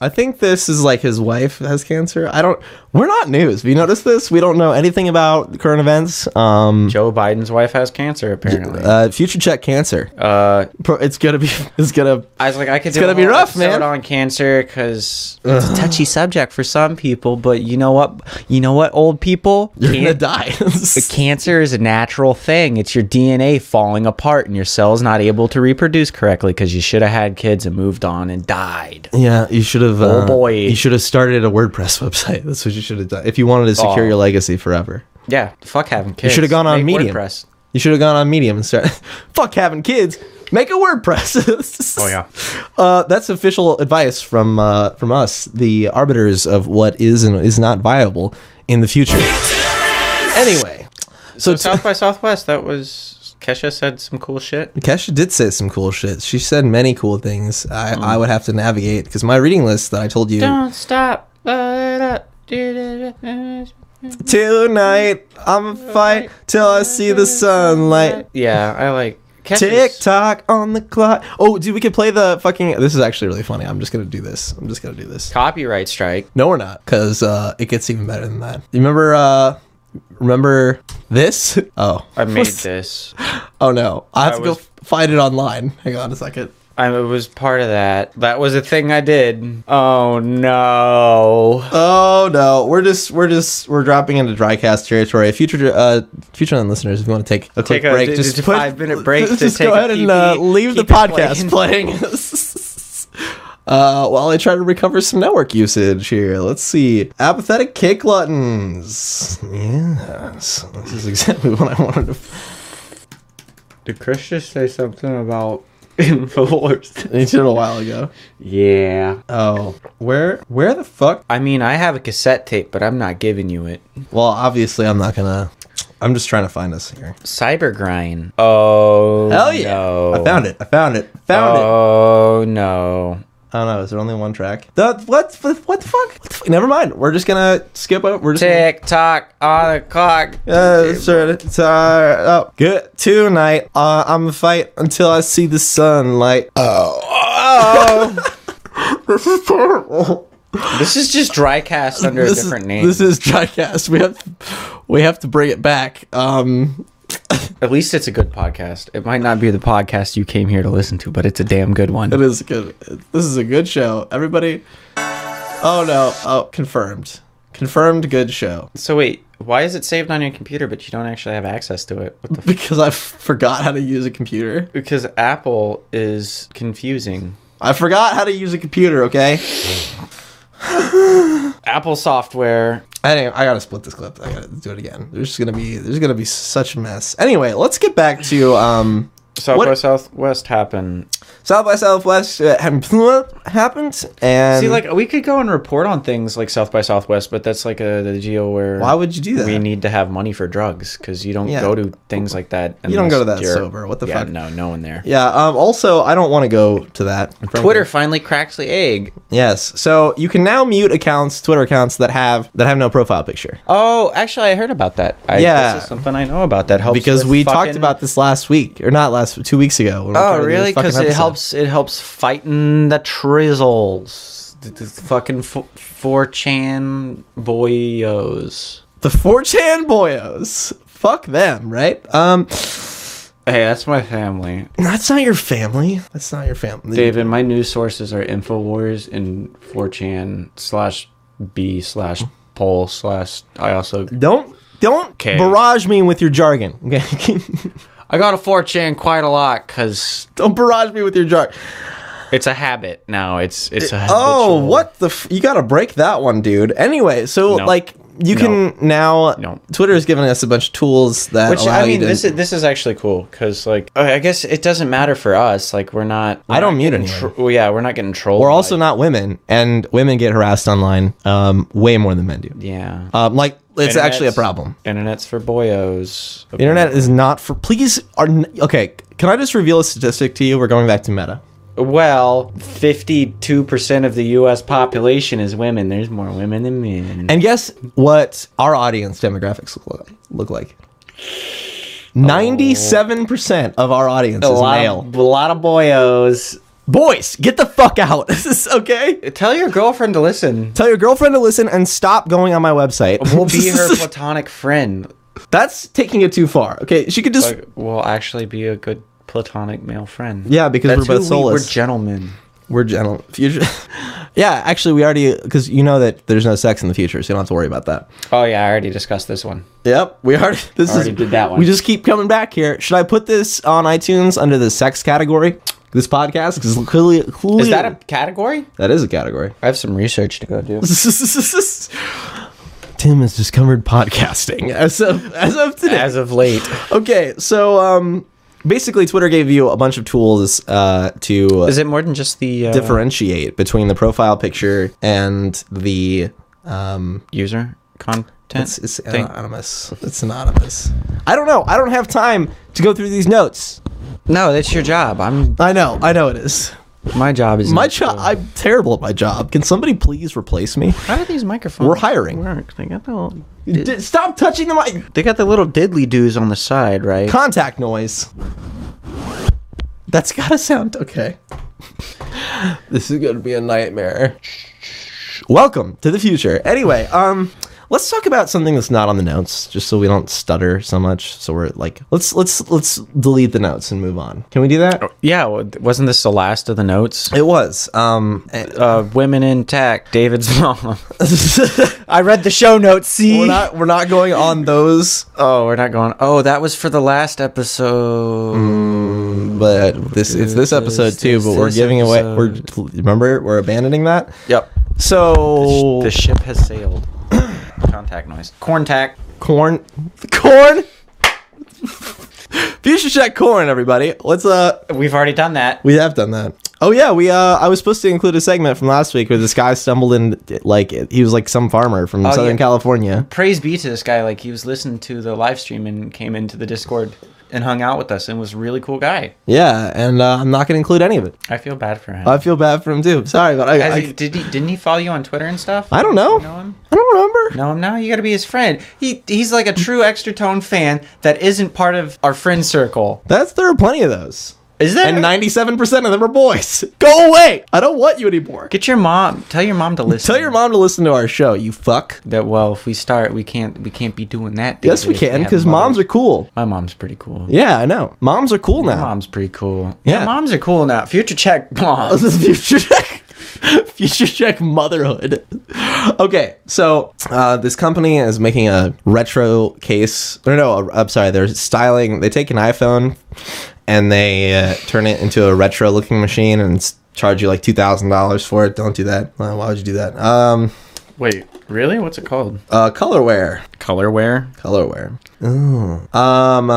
Speaker 3: I think this is like his wife has cancer. I don't. We're not news. Have you noticed this? We don't know anything about the current events. Um,
Speaker 7: Joe Biden's wife has cancer apparently.
Speaker 3: uh, future check cancer.
Speaker 7: Uh,
Speaker 3: Pro- it's gonna be <laughs> it's gonna
Speaker 7: I was like I could do
Speaker 3: gonna
Speaker 7: a
Speaker 3: be
Speaker 7: whole
Speaker 3: rough,
Speaker 7: episode
Speaker 3: man.
Speaker 7: on cancer cuz it's a touchy subject for some people, but you know what? You know what old people
Speaker 3: you're gonna
Speaker 7: Can't-
Speaker 3: die <laughs>
Speaker 7: Cancer is a natural thing. It's your DNA falling apart and your cells not able to reproduce correctly because you should have had kids and moved on and died.
Speaker 3: yeah you should have
Speaker 7: Oh,
Speaker 3: uh,
Speaker 7: boy.
Speaker 3: you should have started a wordpress <laughs> website that's what you should have done if you wanted to secure
Speaker 7: Oh.
Speaker 3: your legacy forever
Speaker 7: Yeah, fuck having kids.
Speaker 3: you should have gone on
Speaker 7: Make
Speaker 3: medium
Speaker 7: WordPress.
Speaker 3: you should have gone on medium and started <laughs> fuck having kids make a wordpress <laughs>
Speaker 7: Oh, yeah.
Speaker 3: uh, that's official advice from uh, from us the arbiters of what is and is not viable in the future anyway so, t-
Speaker 7: South by Southwest, that was Kesha said some
Speaker 3: <laughs>
Speaker 7: cool shit.
Speaker 3: Kesha did say some cool shit. She said many cool things I,
Speaker 7: Hmm.
Speaker 3: I would have to navigate because my reading list that I told you.
Speaker 7: Don't stop. Light up. Do, do, do, do.
Speaker 3: Tonight, I'ma fight till I see the sunlight.
Speaker 7: Yeah, I like
Speaker 3: Tick tock on the clock. Oh, dude, we could play the fucking. This is actually really funny. I'm just gonna do this. I'm just gonna do this.
Speaker 7: Copyright strike.
Speaker 3: No, we're not, because uh, it gets even better than that. You remember? Uh, remember this? Oh,
Speaker 7: I made this.
Speaker 3: <laughs> Oh no, I have
Speaker 7: I
Speaker 3: to go
Speaker 7: was-
Speaker 3: f- find it online. Hang on a second.
Speaker 7: I was part of that. That was a thing I did. Oh no.
Speaker 3: Oh no, we're just we're just we're dropping into dry cast territory. Future uh future on listeners, if you want to take a quick
Speaker 7: Take a-
Speaker 3: break,
Speaker 7: d-
Speaker 3: just
Speaker 7: d-
Speaker 3: put-
Speaker 7: five-minute
Speaker 3: <laughs>
Speaker 7: break to
Speaker 3: Just
Speaker 7: take
Speaker 3: go
Speaker 7: a
Speaker 3: ahead and uh,
Speaker 7: pee-pee,
Speaker 3: leave the
Speaker 7: keep it
Speaker 3: podcast playing. <laughs> Uh, while I try to recover some network usage here, let's see. Apathetic cake gluttons. Yes, this is exactly what I wanted to. <laughs>
Speaker 7: Did Chris just say something about <laughs> Infowars?
Speaker 3: I did a while ago.
Speaker 7: yeah.
Speaker 3: Oh, where where the fuck
Speaker 7: I mean, I have a cassette tape, but I'm not giving you it.
Speaker 3: Well, obviously, I'm not gonna. I'm just trying to find us here.
Speaker 7: Cybergrind. Oh.
Speaker 3: Hell yeah!
Speaker 7: No.
Speaker 3: I found it. I found it. Found it.
Speaker 7: Oh no.
Speaker 3: I don't know. Is there only one track? The, what? What, what the fuck? What the fuck? Never mind. We're just gonna skip over. We're just. Gonna,
Speaker 7: Tick tock on the clock.
Speaker 3: uh, sorry, sorry. Oh, good tonight. Uh, I'm gonna fight until I see the sunlight. Oh,
Speaker 7: <laughs>
Speaker 3: this is terrible.
Speaker 7: This is just dry cast under a
Speaker 3: This is,
Speaker 7: different name.
Speaker 3: this is drycast. We have we have to bring it back. Um,
Speaker 7: At least it's a good podcast. It might not be the podcast you came here to listen to, but it's a damn good one.
Speaker 3: It is good. This is a good show. Everybody. Oh no! Oh, confirmed. Confirmed. Good show.
Speaker 7: So wait, why is it saved on your computer but you don't actually have access to it? What the f-
Speaker 3: Because I forgot how to use a computer.
Speaker 7: because Apple is confusing.
Speaker 3: I forgot how to use a computer. Okay.
Speaker 7: Apple software.
Speaker 3: Anyway, I gotta split this clip. I gotta do it again. There's just gonna be there's gonna be such a mess. Anyway, let's get back to um
Speaker 7: South by Southwest happened.
Speaker 3: South by Southwest uh, happened <laughs> and
Speaker 7: See, like we could go and report on things like South by Southwest, but that's like a the geo where
Speaker 3: why would you do that?
Speaker 7: we need to have money for drugs because you don't
Speaker 3: Yeah.
Speaker 7: go to things like that.
Speaker 3: You don't go to
Speaker 7: unless
Speaker 3: that
Speaker 7: you're-
Speaker 3: sober. What the
Speaker 7: yeah,
Speaker 3: fuck?
Speaker 7: No, no one there.
Speaker 3: Yeah. Um. Also, I don't want to go to that. frankly.
Speaker 7: Twitter finally cracks the egg.
Speaker 3: Yes. So you can now mute accounts, Twitter accounts that have that have no profile picture.
Speaker 7: Oh, actually, I heard about that. I,
Speaker 3: Yeah.
Speaker 7: this is something I know about that helps
Speaker 3: because
Speaker 7: with
Speaker 3: we
Speaker 7: fucking-
Speaker 3: talked about this last week or not last two weeks ago. when we
Speaker 7: Oh,
Speaker 3: covered the
Speaker 7: really?
Speaker 3: fucking
Speaker 7: Because it
Speaker 3: episode.
Speaker 7: helps. It helps fighting the trizzles. The, the fucking fo- 4chan boyos.
Speaker 3: the 4chan boyos. Fuck them, right? Um,
Speaker 7: Hey, that's my family.
Speaker 3: that's not your family. That's not your family.
Speaker 7: David, my news sources are Infowars and 4chan slash B slash poll slash. I also
Speaker 3: Don't don't
Speaker 7: 'Kay.
Speaker 3: barrage me with your jargon. Okay, <laughs>
Speaker 7: I go to 4chan quite a lot because
Speaker 3: don't barrage me with your jargon.
Speaker 7: it's a habit now. It's it's a
Speaker 3: Oh,
Speaker 7: habitual-
Speaker 3: what the? F- you gotta break that one, dude. Anyway, so
Speaker 7: No.
Speaker 3: like you
Speaker 7: No.
Speaker 3: can now.
Speaker 7: No.
Speaker 3: Twitter's giving us a bunch of tools that
Speaker 7: Which
Speaker 3: allow
Speaker 7: I mean,
Speaker 3: you to.
Speaker 7: this is this is actually cool because like oh, I I guess it doesn't matter for us. Like we're not. We're
Speaker 3: I don't
Speaker 7: not
Speaker 3: mute
Speaker 7: getting
Speaker 3: anyone.
Speaker 7: tro- well, yeah, we're not getting trolled.
Speaker 3: We're
Speaker 7: by-
Speaker 3: also not women, and women get harassed online um, way more than men do.
Speaker 7: Yeah.
Speaker 3: Um, like it's
Speaker 7: Internet's-
Speaker 3: actually a problem.
Speaker 7: Internet's for boyos.
Speaker 3: The internet is not for. Please are n- okay. Can I just reveal a statistic to you? We're going back to Meta.
Speaker 7: Well, fifty-two percent of the U.S. population is women. There's more women than men.
Speaker 3: And guess what? Our audience demographics look like. Look like. Ninety-seven percent of our audience
Speaker 7: Oh. a
Speaker 3: is
Speaker 7: lot,
Speaker 3: male.
Speaker 7: Of, a lot of boyos.
Speaker 3: Boys, get the fuck out. <laughs> This is okay.
Speaker 7: Tell your girlfriend to listen.
Speaker 3: Tell your girlfriend to listen and stop going on my website. <laughs>
Speaker 7: We'll be her platonic friend.
Speaker 3: That's taking it too far. Okay, she could just.
Speaker 7: Like, we'll actually be a good platonic male friend.
Speaker 3: yeah, because
Speaker 7: That's
Speaker 3: we're both
Speaker 7: who we, we're
Speaker 3: soulless.
Speaker 7: gentlemen.
Speaker 3: We're gentle. Future. <laughs> yeah, actually, we already because you know that there's no sex in the future, so you don't have to worry about that.
Speaker 7: Oh yeah, I already discussed this one.
Speaker 3: Yep, we already. <laughs> This
Speaker 7: Already
Speaker 3: is,
Speaker 7: did that one.
Speaker 3: We just keep coming back here. Should I put this on iTunes under the sex category? This podcast because clearly, clearly
Speaker 7: Is that a category?
Speaker 3: that is a
Speaker 7: <laughs>
Speaker 3: category.
Speaker 7: I have some research to go do.
Speaker 3: Tim has discovered podcasting as of as of today.
Speaker 7: As of late,
Speaker 3: okay, so um, basically, Twitter gave you a bunch of tools uh to
Speaker 7: is it more than just the uh,
Speaker 3: differentiate between the profile picture and the um
Speaker 7: user content?
Speaker 3: It's, it's
Speaker 7: thing?
Speaker 3: anonymous. It's anonymous. I don't know. I don't have time to go through these notes.
Speaker 7: no, that's your job. I'm
Speaker 3: I know. I know it is.
Speaker 7: My job is
Speaker 3: My
Speaker 7: not
Speaker 3: job.
Speaker 7: to-
Speaker 3: I'm terrible at my job. Can somebody please replace me?
Speaker 7: How do these microphones?
Speaker 3: We're hiring.
Speaker 7: Work? They got the little,
Speaker 3: D- stop touching the mic.
Speaker 7: they got the little diddly doos on the side, right?
Speaker 3: Contact noise. That's gotta sound okay. <laughs> this is gonna be a nightmare. Welcome to the future. Anyway, um, let's talk about something that's not on the notes, just so we don't stutter so much. So we're like, let's let's let's delete the notes and move on. Can we do that?
Speaker 7: yeah, w- wasn't this the last of the notes?
Speaker 3: It was. Um, <laughs>
Speaker 7: Uh, women in tech, David's <laughs> mom.
Speaker 9: I read the show notes. See,
Speaker 3: we're not we're not going on those,
Speaker 7: Oh, we're not going. Oh, that was for the last episode.
Speaker 3: Mm. um, but this it's this episode too. But we're giving away. We're remember we're abandoning that.
Speaker 7: Yep.
Speaker 9: Oh.
Speaker 3: So
Speaker 7: The ship has sailed. <coughs> Contact noise. Contact.
Speaker 3: corn <laughs> corn future check corn everybody what's uh
Speaker 7: We've already done that.
Speaker 3: we have done that oh yeah we uh i was supposed to include a segment from last week where this guy stumbled in like he was like some farmer from southern
Speaker 7: yeah.
Speaker 3: california
Speaker 7: Praise be to this guy. Like he was listening to the live stream and came into the Discord and hung out with us and was a really cool guy.
Speaker 3: yeah and uh, i'm not gonna include any of it
Speaker 7: I feel bad for him.
Speaker 3: i feel bad for him too sorry but i
Speaker 7: Has
Speaker 3: i,
Speaker 7: he- did he? Didn't he follow you on Twitter and stuff?
Speaker 3: I don't know,
Speaker 7: Know him?
Speaker 3: i don't remember
Speaker 7: No, no, you gotta be his friend. He he's like a true extra tone fan that isn't part of our friend circle.
Speaker 3: that's there are plenty of those
Speaker 7: Is that
Speaker 3: and 97% of them are boys <laughs> go away i don't want you anymore
Speaker 7: Get your mom. Tell your mom to listen.
Speaker 3: tell your mom to listen to our show you fuck
Speaker 7: that. Well, if we start, we can't. We can't be doing that.
Speaker 3: yes we
Speaker 7: David, if
Speaker 3: can
Speaker 7: have
Speaker 3: because moms
Speaker 7: mothers.
Speaker 3: are cool
Speaker 7: My mom's pretty cool.
Speaker 3: yeah i know moms are cool now
Speaker 7: Mom's pretty cool.
Speaker 3: Yeah.
Speaker 7: Yeah, moms are cool now. Future check
Speaker 3: <laughs>
Speaker 7: mom.
Speaker 3: This is future check. Future check motherhood. Okay, so uh, this company is making a retro case. Or no, a- I'm sorry. They're styling. They take an iPhone and they uh, turn it into a retro looking machine and s- charge you like two thousand dollars for it. Don't do that. Uh, why would you do that? Um,
Speaker 7: Wait, really? What's it called?
Speaker 3: uh, colorware.
Speaker 7: Colorware.
Speaker 3: Colorware. Ooh. Um.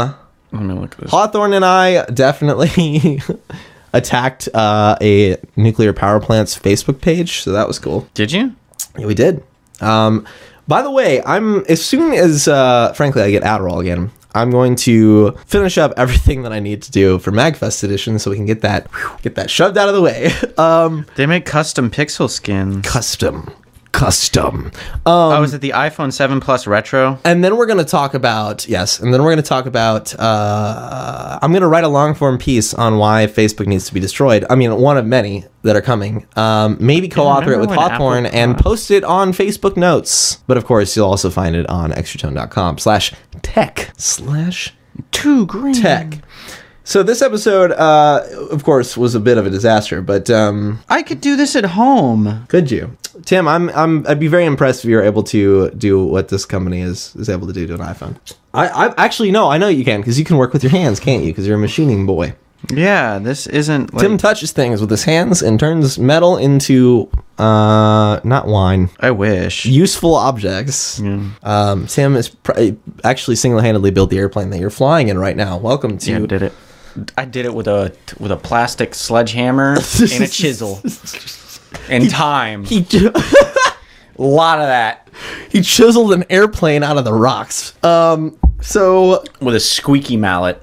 Speaker 7: Let me look at this.
Speaker 3: Hawthorne and I definitely <laughs> attacked uh, a nuclear power plant's Facebook page, so that was cool.
Speaker 7: Did you?
Speaker 3: Yeah, we did. Um, by the way, I'm as soon as uh, frankly I get Adderall again, I'm going to finish up <laughs> everything that I need to do for Magfest edition, so we can get that whew, get that shoved out of the way. <laughs> um,
Speaker 7: They make custom pixel skins.
Speaker 3: custom, custom. Uh,
Speaker 7: oh, was it the iPhone 7 Plus Retro?
Speaker 3: And then we're going to talk about, yes, and then we're going to talk about, uh, I'm going to write a long form piece on why Facebook needs to be destroyed. I mean, one of many that are coming. Um, maybe co author it
Speaker 7: remember
Speaker 3: with
Speaker 7: when Apple
Speaker 3: Hawthorne and post it on Facebook Notes. But of course, you'll also find it on extratone.com slash tech slash
Speaker 7: Two green.
Speaker 3: tech. So this episode, uh, of course, was a bit of a disaster, but um,
Speaker 7: I could do this at home.
Speaker 3: could you? Tim, I'm, I'm, I'd be very impressed if you were able to do what this company is is able to do to an iPhone. I, I actually no, I know you can because you can work with your hands, can't you? Because you're a machining boy.
Speaker 7: Yeah, this isn't like
Speaker 3: Tim touches things with his hands and turns metal into uh, not wine,
Speaker 7: I wish.
Speaker 3: useful objects. Um, Tim is pr- actually single-handedly built the airplane that you're flying in right now. Welcome to.
Speaker 7: Yeah, I
Speaker 3: <laughs>
Speaker 7: did it. I did it with a with a plastic
Speaker 3: <laughs>
Speaker 7: sledgehammer and a chisel. And time.
Speaker 3: he, ch-
Speaker 7: a lot of that.
Speaker 3: he chiseled an airplane out of the rocks. Um, so
Speaker 7: With a squeaky mallet.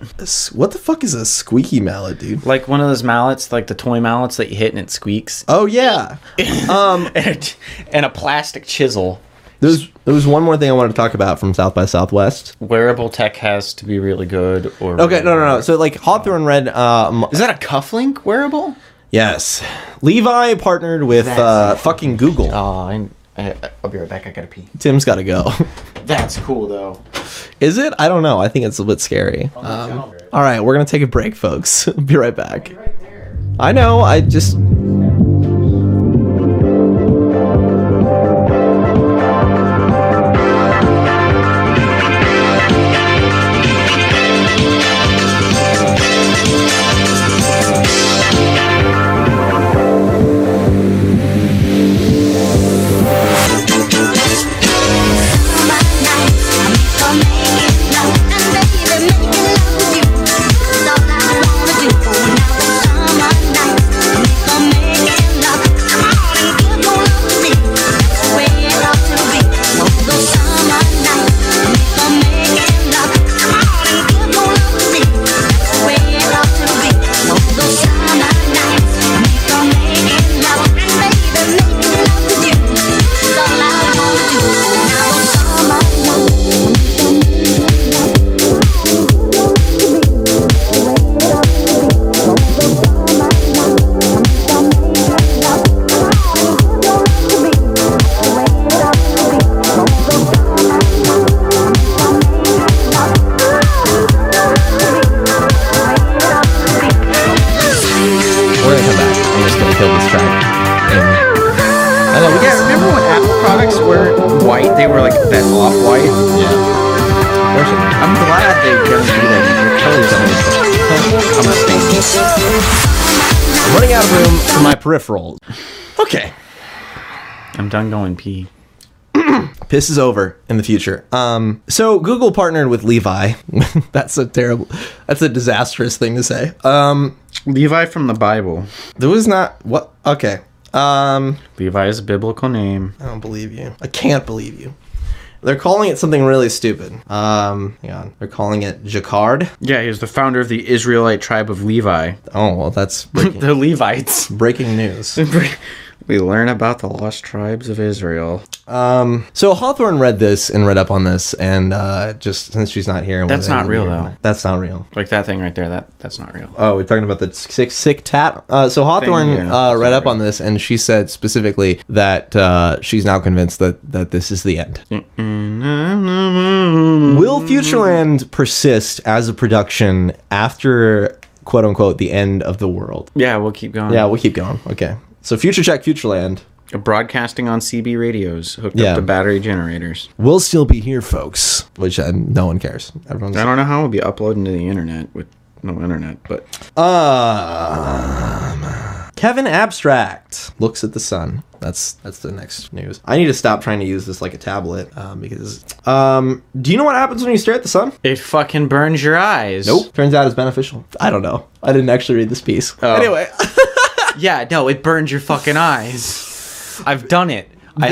Speaker 3: what the fuck is a squeaky mallet, dude?
Speaker 7: Like one of those mallets, like the toy mallets that you hit and it squeaks.
Speaker 3: Oh yeah. Um,
Speaker 7: <laughs> and and a plastic chisel.
Speaker 3: there's there was one more thing I wanted to talk about from South by Southwest.
Speaker 7: Wearable tech has to be really good or
Speaker 3: Okay, no, no, no. So like Hawthorne Red, um,
Speaker 7: Is that a cufflink wearable?
Speaker 3: yes, Levi partnered with uh, fucking Google.
Speaker 7: Oh, I, I, I'll be right back. I gotta pee.
Speaker 3: Tim's got to go. <laughs>
Speaker 7: That's cool though.
Speaker 3: Is it? I don't know. I think it's a bit scary. Um, all right, we're gonna take a break, folks. <laughs> Be right back. I know. I just
Speaker 4: That's all I wanna do. Now it's summer night. Make 'em
Speaker 10: Oh, they were like that off white.
Speaker 1: Yeah.
Speaker 10: I'm glad they don't do that. Your colors are- I'm a fan.
Speaker 3: I'm running out of room for my peripherals. Okay.
Speaker 7: I'm done going pee.
Speaker 3: Piss is over in the future. Um, so Google partnered with Levi. <laughs> that's a terrible, that's a disastrous thing to say. Um,
Speaker 7: Levi from the Bible.
Speaker 3: there was not what? Okay. Um,
Speaker 7: Levi is a biblical name.
Speaker 3: I don't believe you. I can't believe you. They're calling it something really stupid. Um, hang on. They're calling it Jacquard.
Speaker 7: Yeah, he was the founder of the Israelite tribe of Levi.
Speaker 3: Oh well, that's
Speaker 7: <laughs>
Speaker 3: breaking,
Speaker 7: The Levites.
Speaker 3: breaking news.
Speaker 7: we learn about the lost tribes of Israel.
Speaker 3: Um, so Hawthorne read this and read up on this, and uh, just since she's not here,
Speaker 7: That's
Speaker 3: we're-
Speaker 7: not real, though.
Speaker 3: That's not real.
Speaker 7: Like that thing right there. That that's not real.
Speaker 3: Oh, we're talking about the sick, sick tat. Uh, so Hawthorne
Speaker 7: Thing, yeah.
Speaker 3: uh, read up on this, and she said specifically that uh, she's now convinced that that this is the end. Will Futureland persist as a production after "quote unquote" the end of the world?
Speaker 7: Yeah, we'll keep going.
Speaker 3: Yeah, we'll keep going. Okay. So Future Check Futureland
Speaker 7: broadcasting on CB radios hooked
Speaker 3: Yeah.
Speaker 7: up to battery generators.
Speaker 3: will still be here, folks. Which uh, no one cares. Everyone's
Speaker 7: I don't know how we'll be uploading to the internet with no internet, but
Speaker 3: Um, Kevin Abstract looks at the sun. That's that's the next news. I need to stop trying to use this like a tablet um, because. Um, do you know what happens when you stare at the sun?
Speaker 7: it fucking burns your eyes.
Speaker 3: Turns out it's beneficial. I don't know. I didn't actually read this piece. Anyway,
Speaker 7: Oh. <laughs> Yeah, no, it burns your fucking eyes. I've done it. I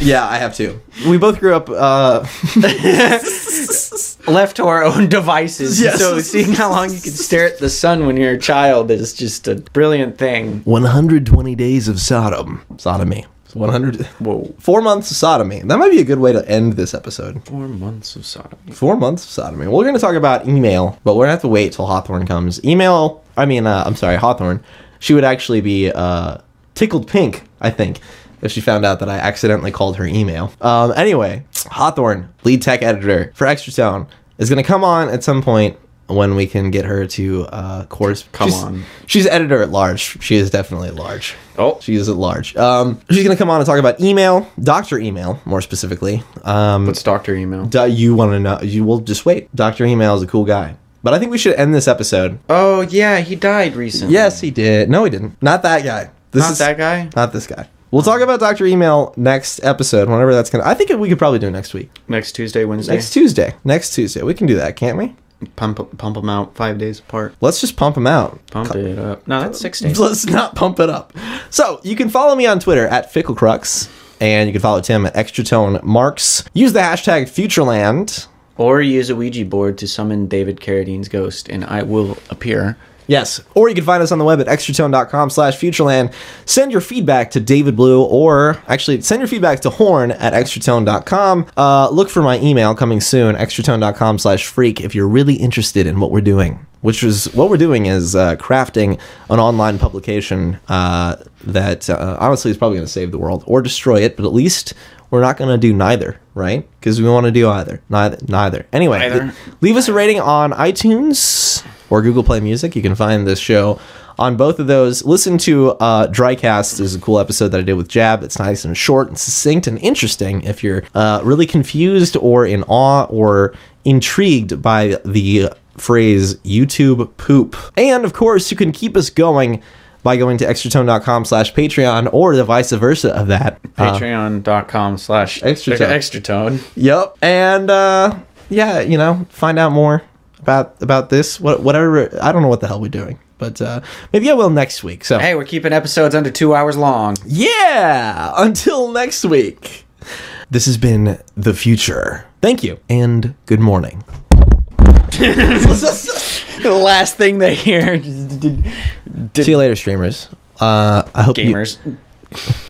Speaker 3: yeah, I have to. We both grew up. Uh,
Speaker 7: <laughs>
Speaker 3: <laughs>
Speaker 7: left to our own devices.
Speaker 3: Yes.
Speaker 7: So seeing how long you can stare at the sun when you're a child is just a brilliant thing.
Speaker 3: 120 days of Sodom. Sodomy. 100.
Speaker 7: Whoa.
Speaker 3: Four months of sodomy. That might be a good way to end this episode.
Speaker 7: Four months of sodomy.
Speaker 3: four months of sodomy. We're going to talk about email, but we're going to have to wait till Hawthorne comes. Email, I mean, uh, I'm sorry, Hawthorne, she would actually be uh, tickled pink, I think, if she found out that I accidentally called her email. Um, anyway, Hawthorne, lead tech editor for Extra Town, is going to come on at some point when we can get her to uh, course.
Speaker 7: Come
Speaker 3: she's-
Speaker 7: on.
Speaker 3: She's editor at large. She is definitely at large.
Speaker 7: Oh.
Speaker 3: She is at large. Um, she's going to come on and talk about email, doctor email, more specifically. Um,
Speaker 7: What's doctor email?
Speaker 3: Du- you want to know? You will just wait. Doctor Email is a cool guy, but I think we should end this episode.
Speaker 7: oh yeah, he died recently.
Speaker 3: Yes, he did. No, he didn't. Not that guy. This
Speaker 7: Not
Speaker 3: is
Speaker 7: that guy.
Speaker 3: Not this guy. We'll talk about Doctor Email next episode, whenever that's gonna. I think we could probably do it next week,
Speaker 7: Next Tuesday, Wednesday.
Speaker 3: next Tuesday, next Tuesday. We can do that, can't we?
Speaker 7: pump pump them out five days apart.
Speaker 3: Let's just pump him out.
Speaker 7: Pump it up. No, that's six
Speaker 3: <laughs>
Speaker 7: days.
Speaker 3: Let's not pump it up. So you can follow me on Twitter at Ficklecrux, and you can follow Tim at Extratone Marks. Use the hashtag Futureland.
Speaker 7: Or use a Ouija board to summon David Carradine's ghost, and I will appear.
Speaker 3: Yes. Or you can find us on the web at extratone.com slash futureland. Send your feedback to David Blue or actually send your feedback to horn at extratone.com. Uh, look for my email coming soon, extratone.com slash freak if you're really interested in what we're doing. Which is what we're doing is uh, crafting an online publication uh, that uh, honestly is probably going to save the world or destroy it, but at least we're not going to do neither, right? Because we want to do either, neither, neither. Anyway,
Speaker 7: Neither.
Speaker 3: th- leave us a rating on iTunes or Google Play Music. You can find this show on both of those. Listen to uh, Drycast is a cool episode that I did with Jab. It's nice and short and succinct and interesting. If you're uh, really confused or in awe or intrigued by the phrase YouTube poop, and of course you can keep us going by going to extratone.com slash patreon or the vice versa of that Uh,
Speaker 7: Patreon.com slash
Speaker 3: Extra Tone.
Speaker 7: Ah. extra tone.
Speaker 3: Yep. And uh, yeah, you know, find out more about about this. What whatever. I don't know what the hell we're doing, but uh, maybe I will next week. So
Speaker 7: Hey, we're keeping episodes under two hours long.
Speaker 3: yeah. Until next week. This has been the future. Thank you and good morning.
Speaker 7: the <laughs> last thing they hear.
Speaker 3: See you later, streamers. Uh, I hope you-
Speaker 7: Gamers.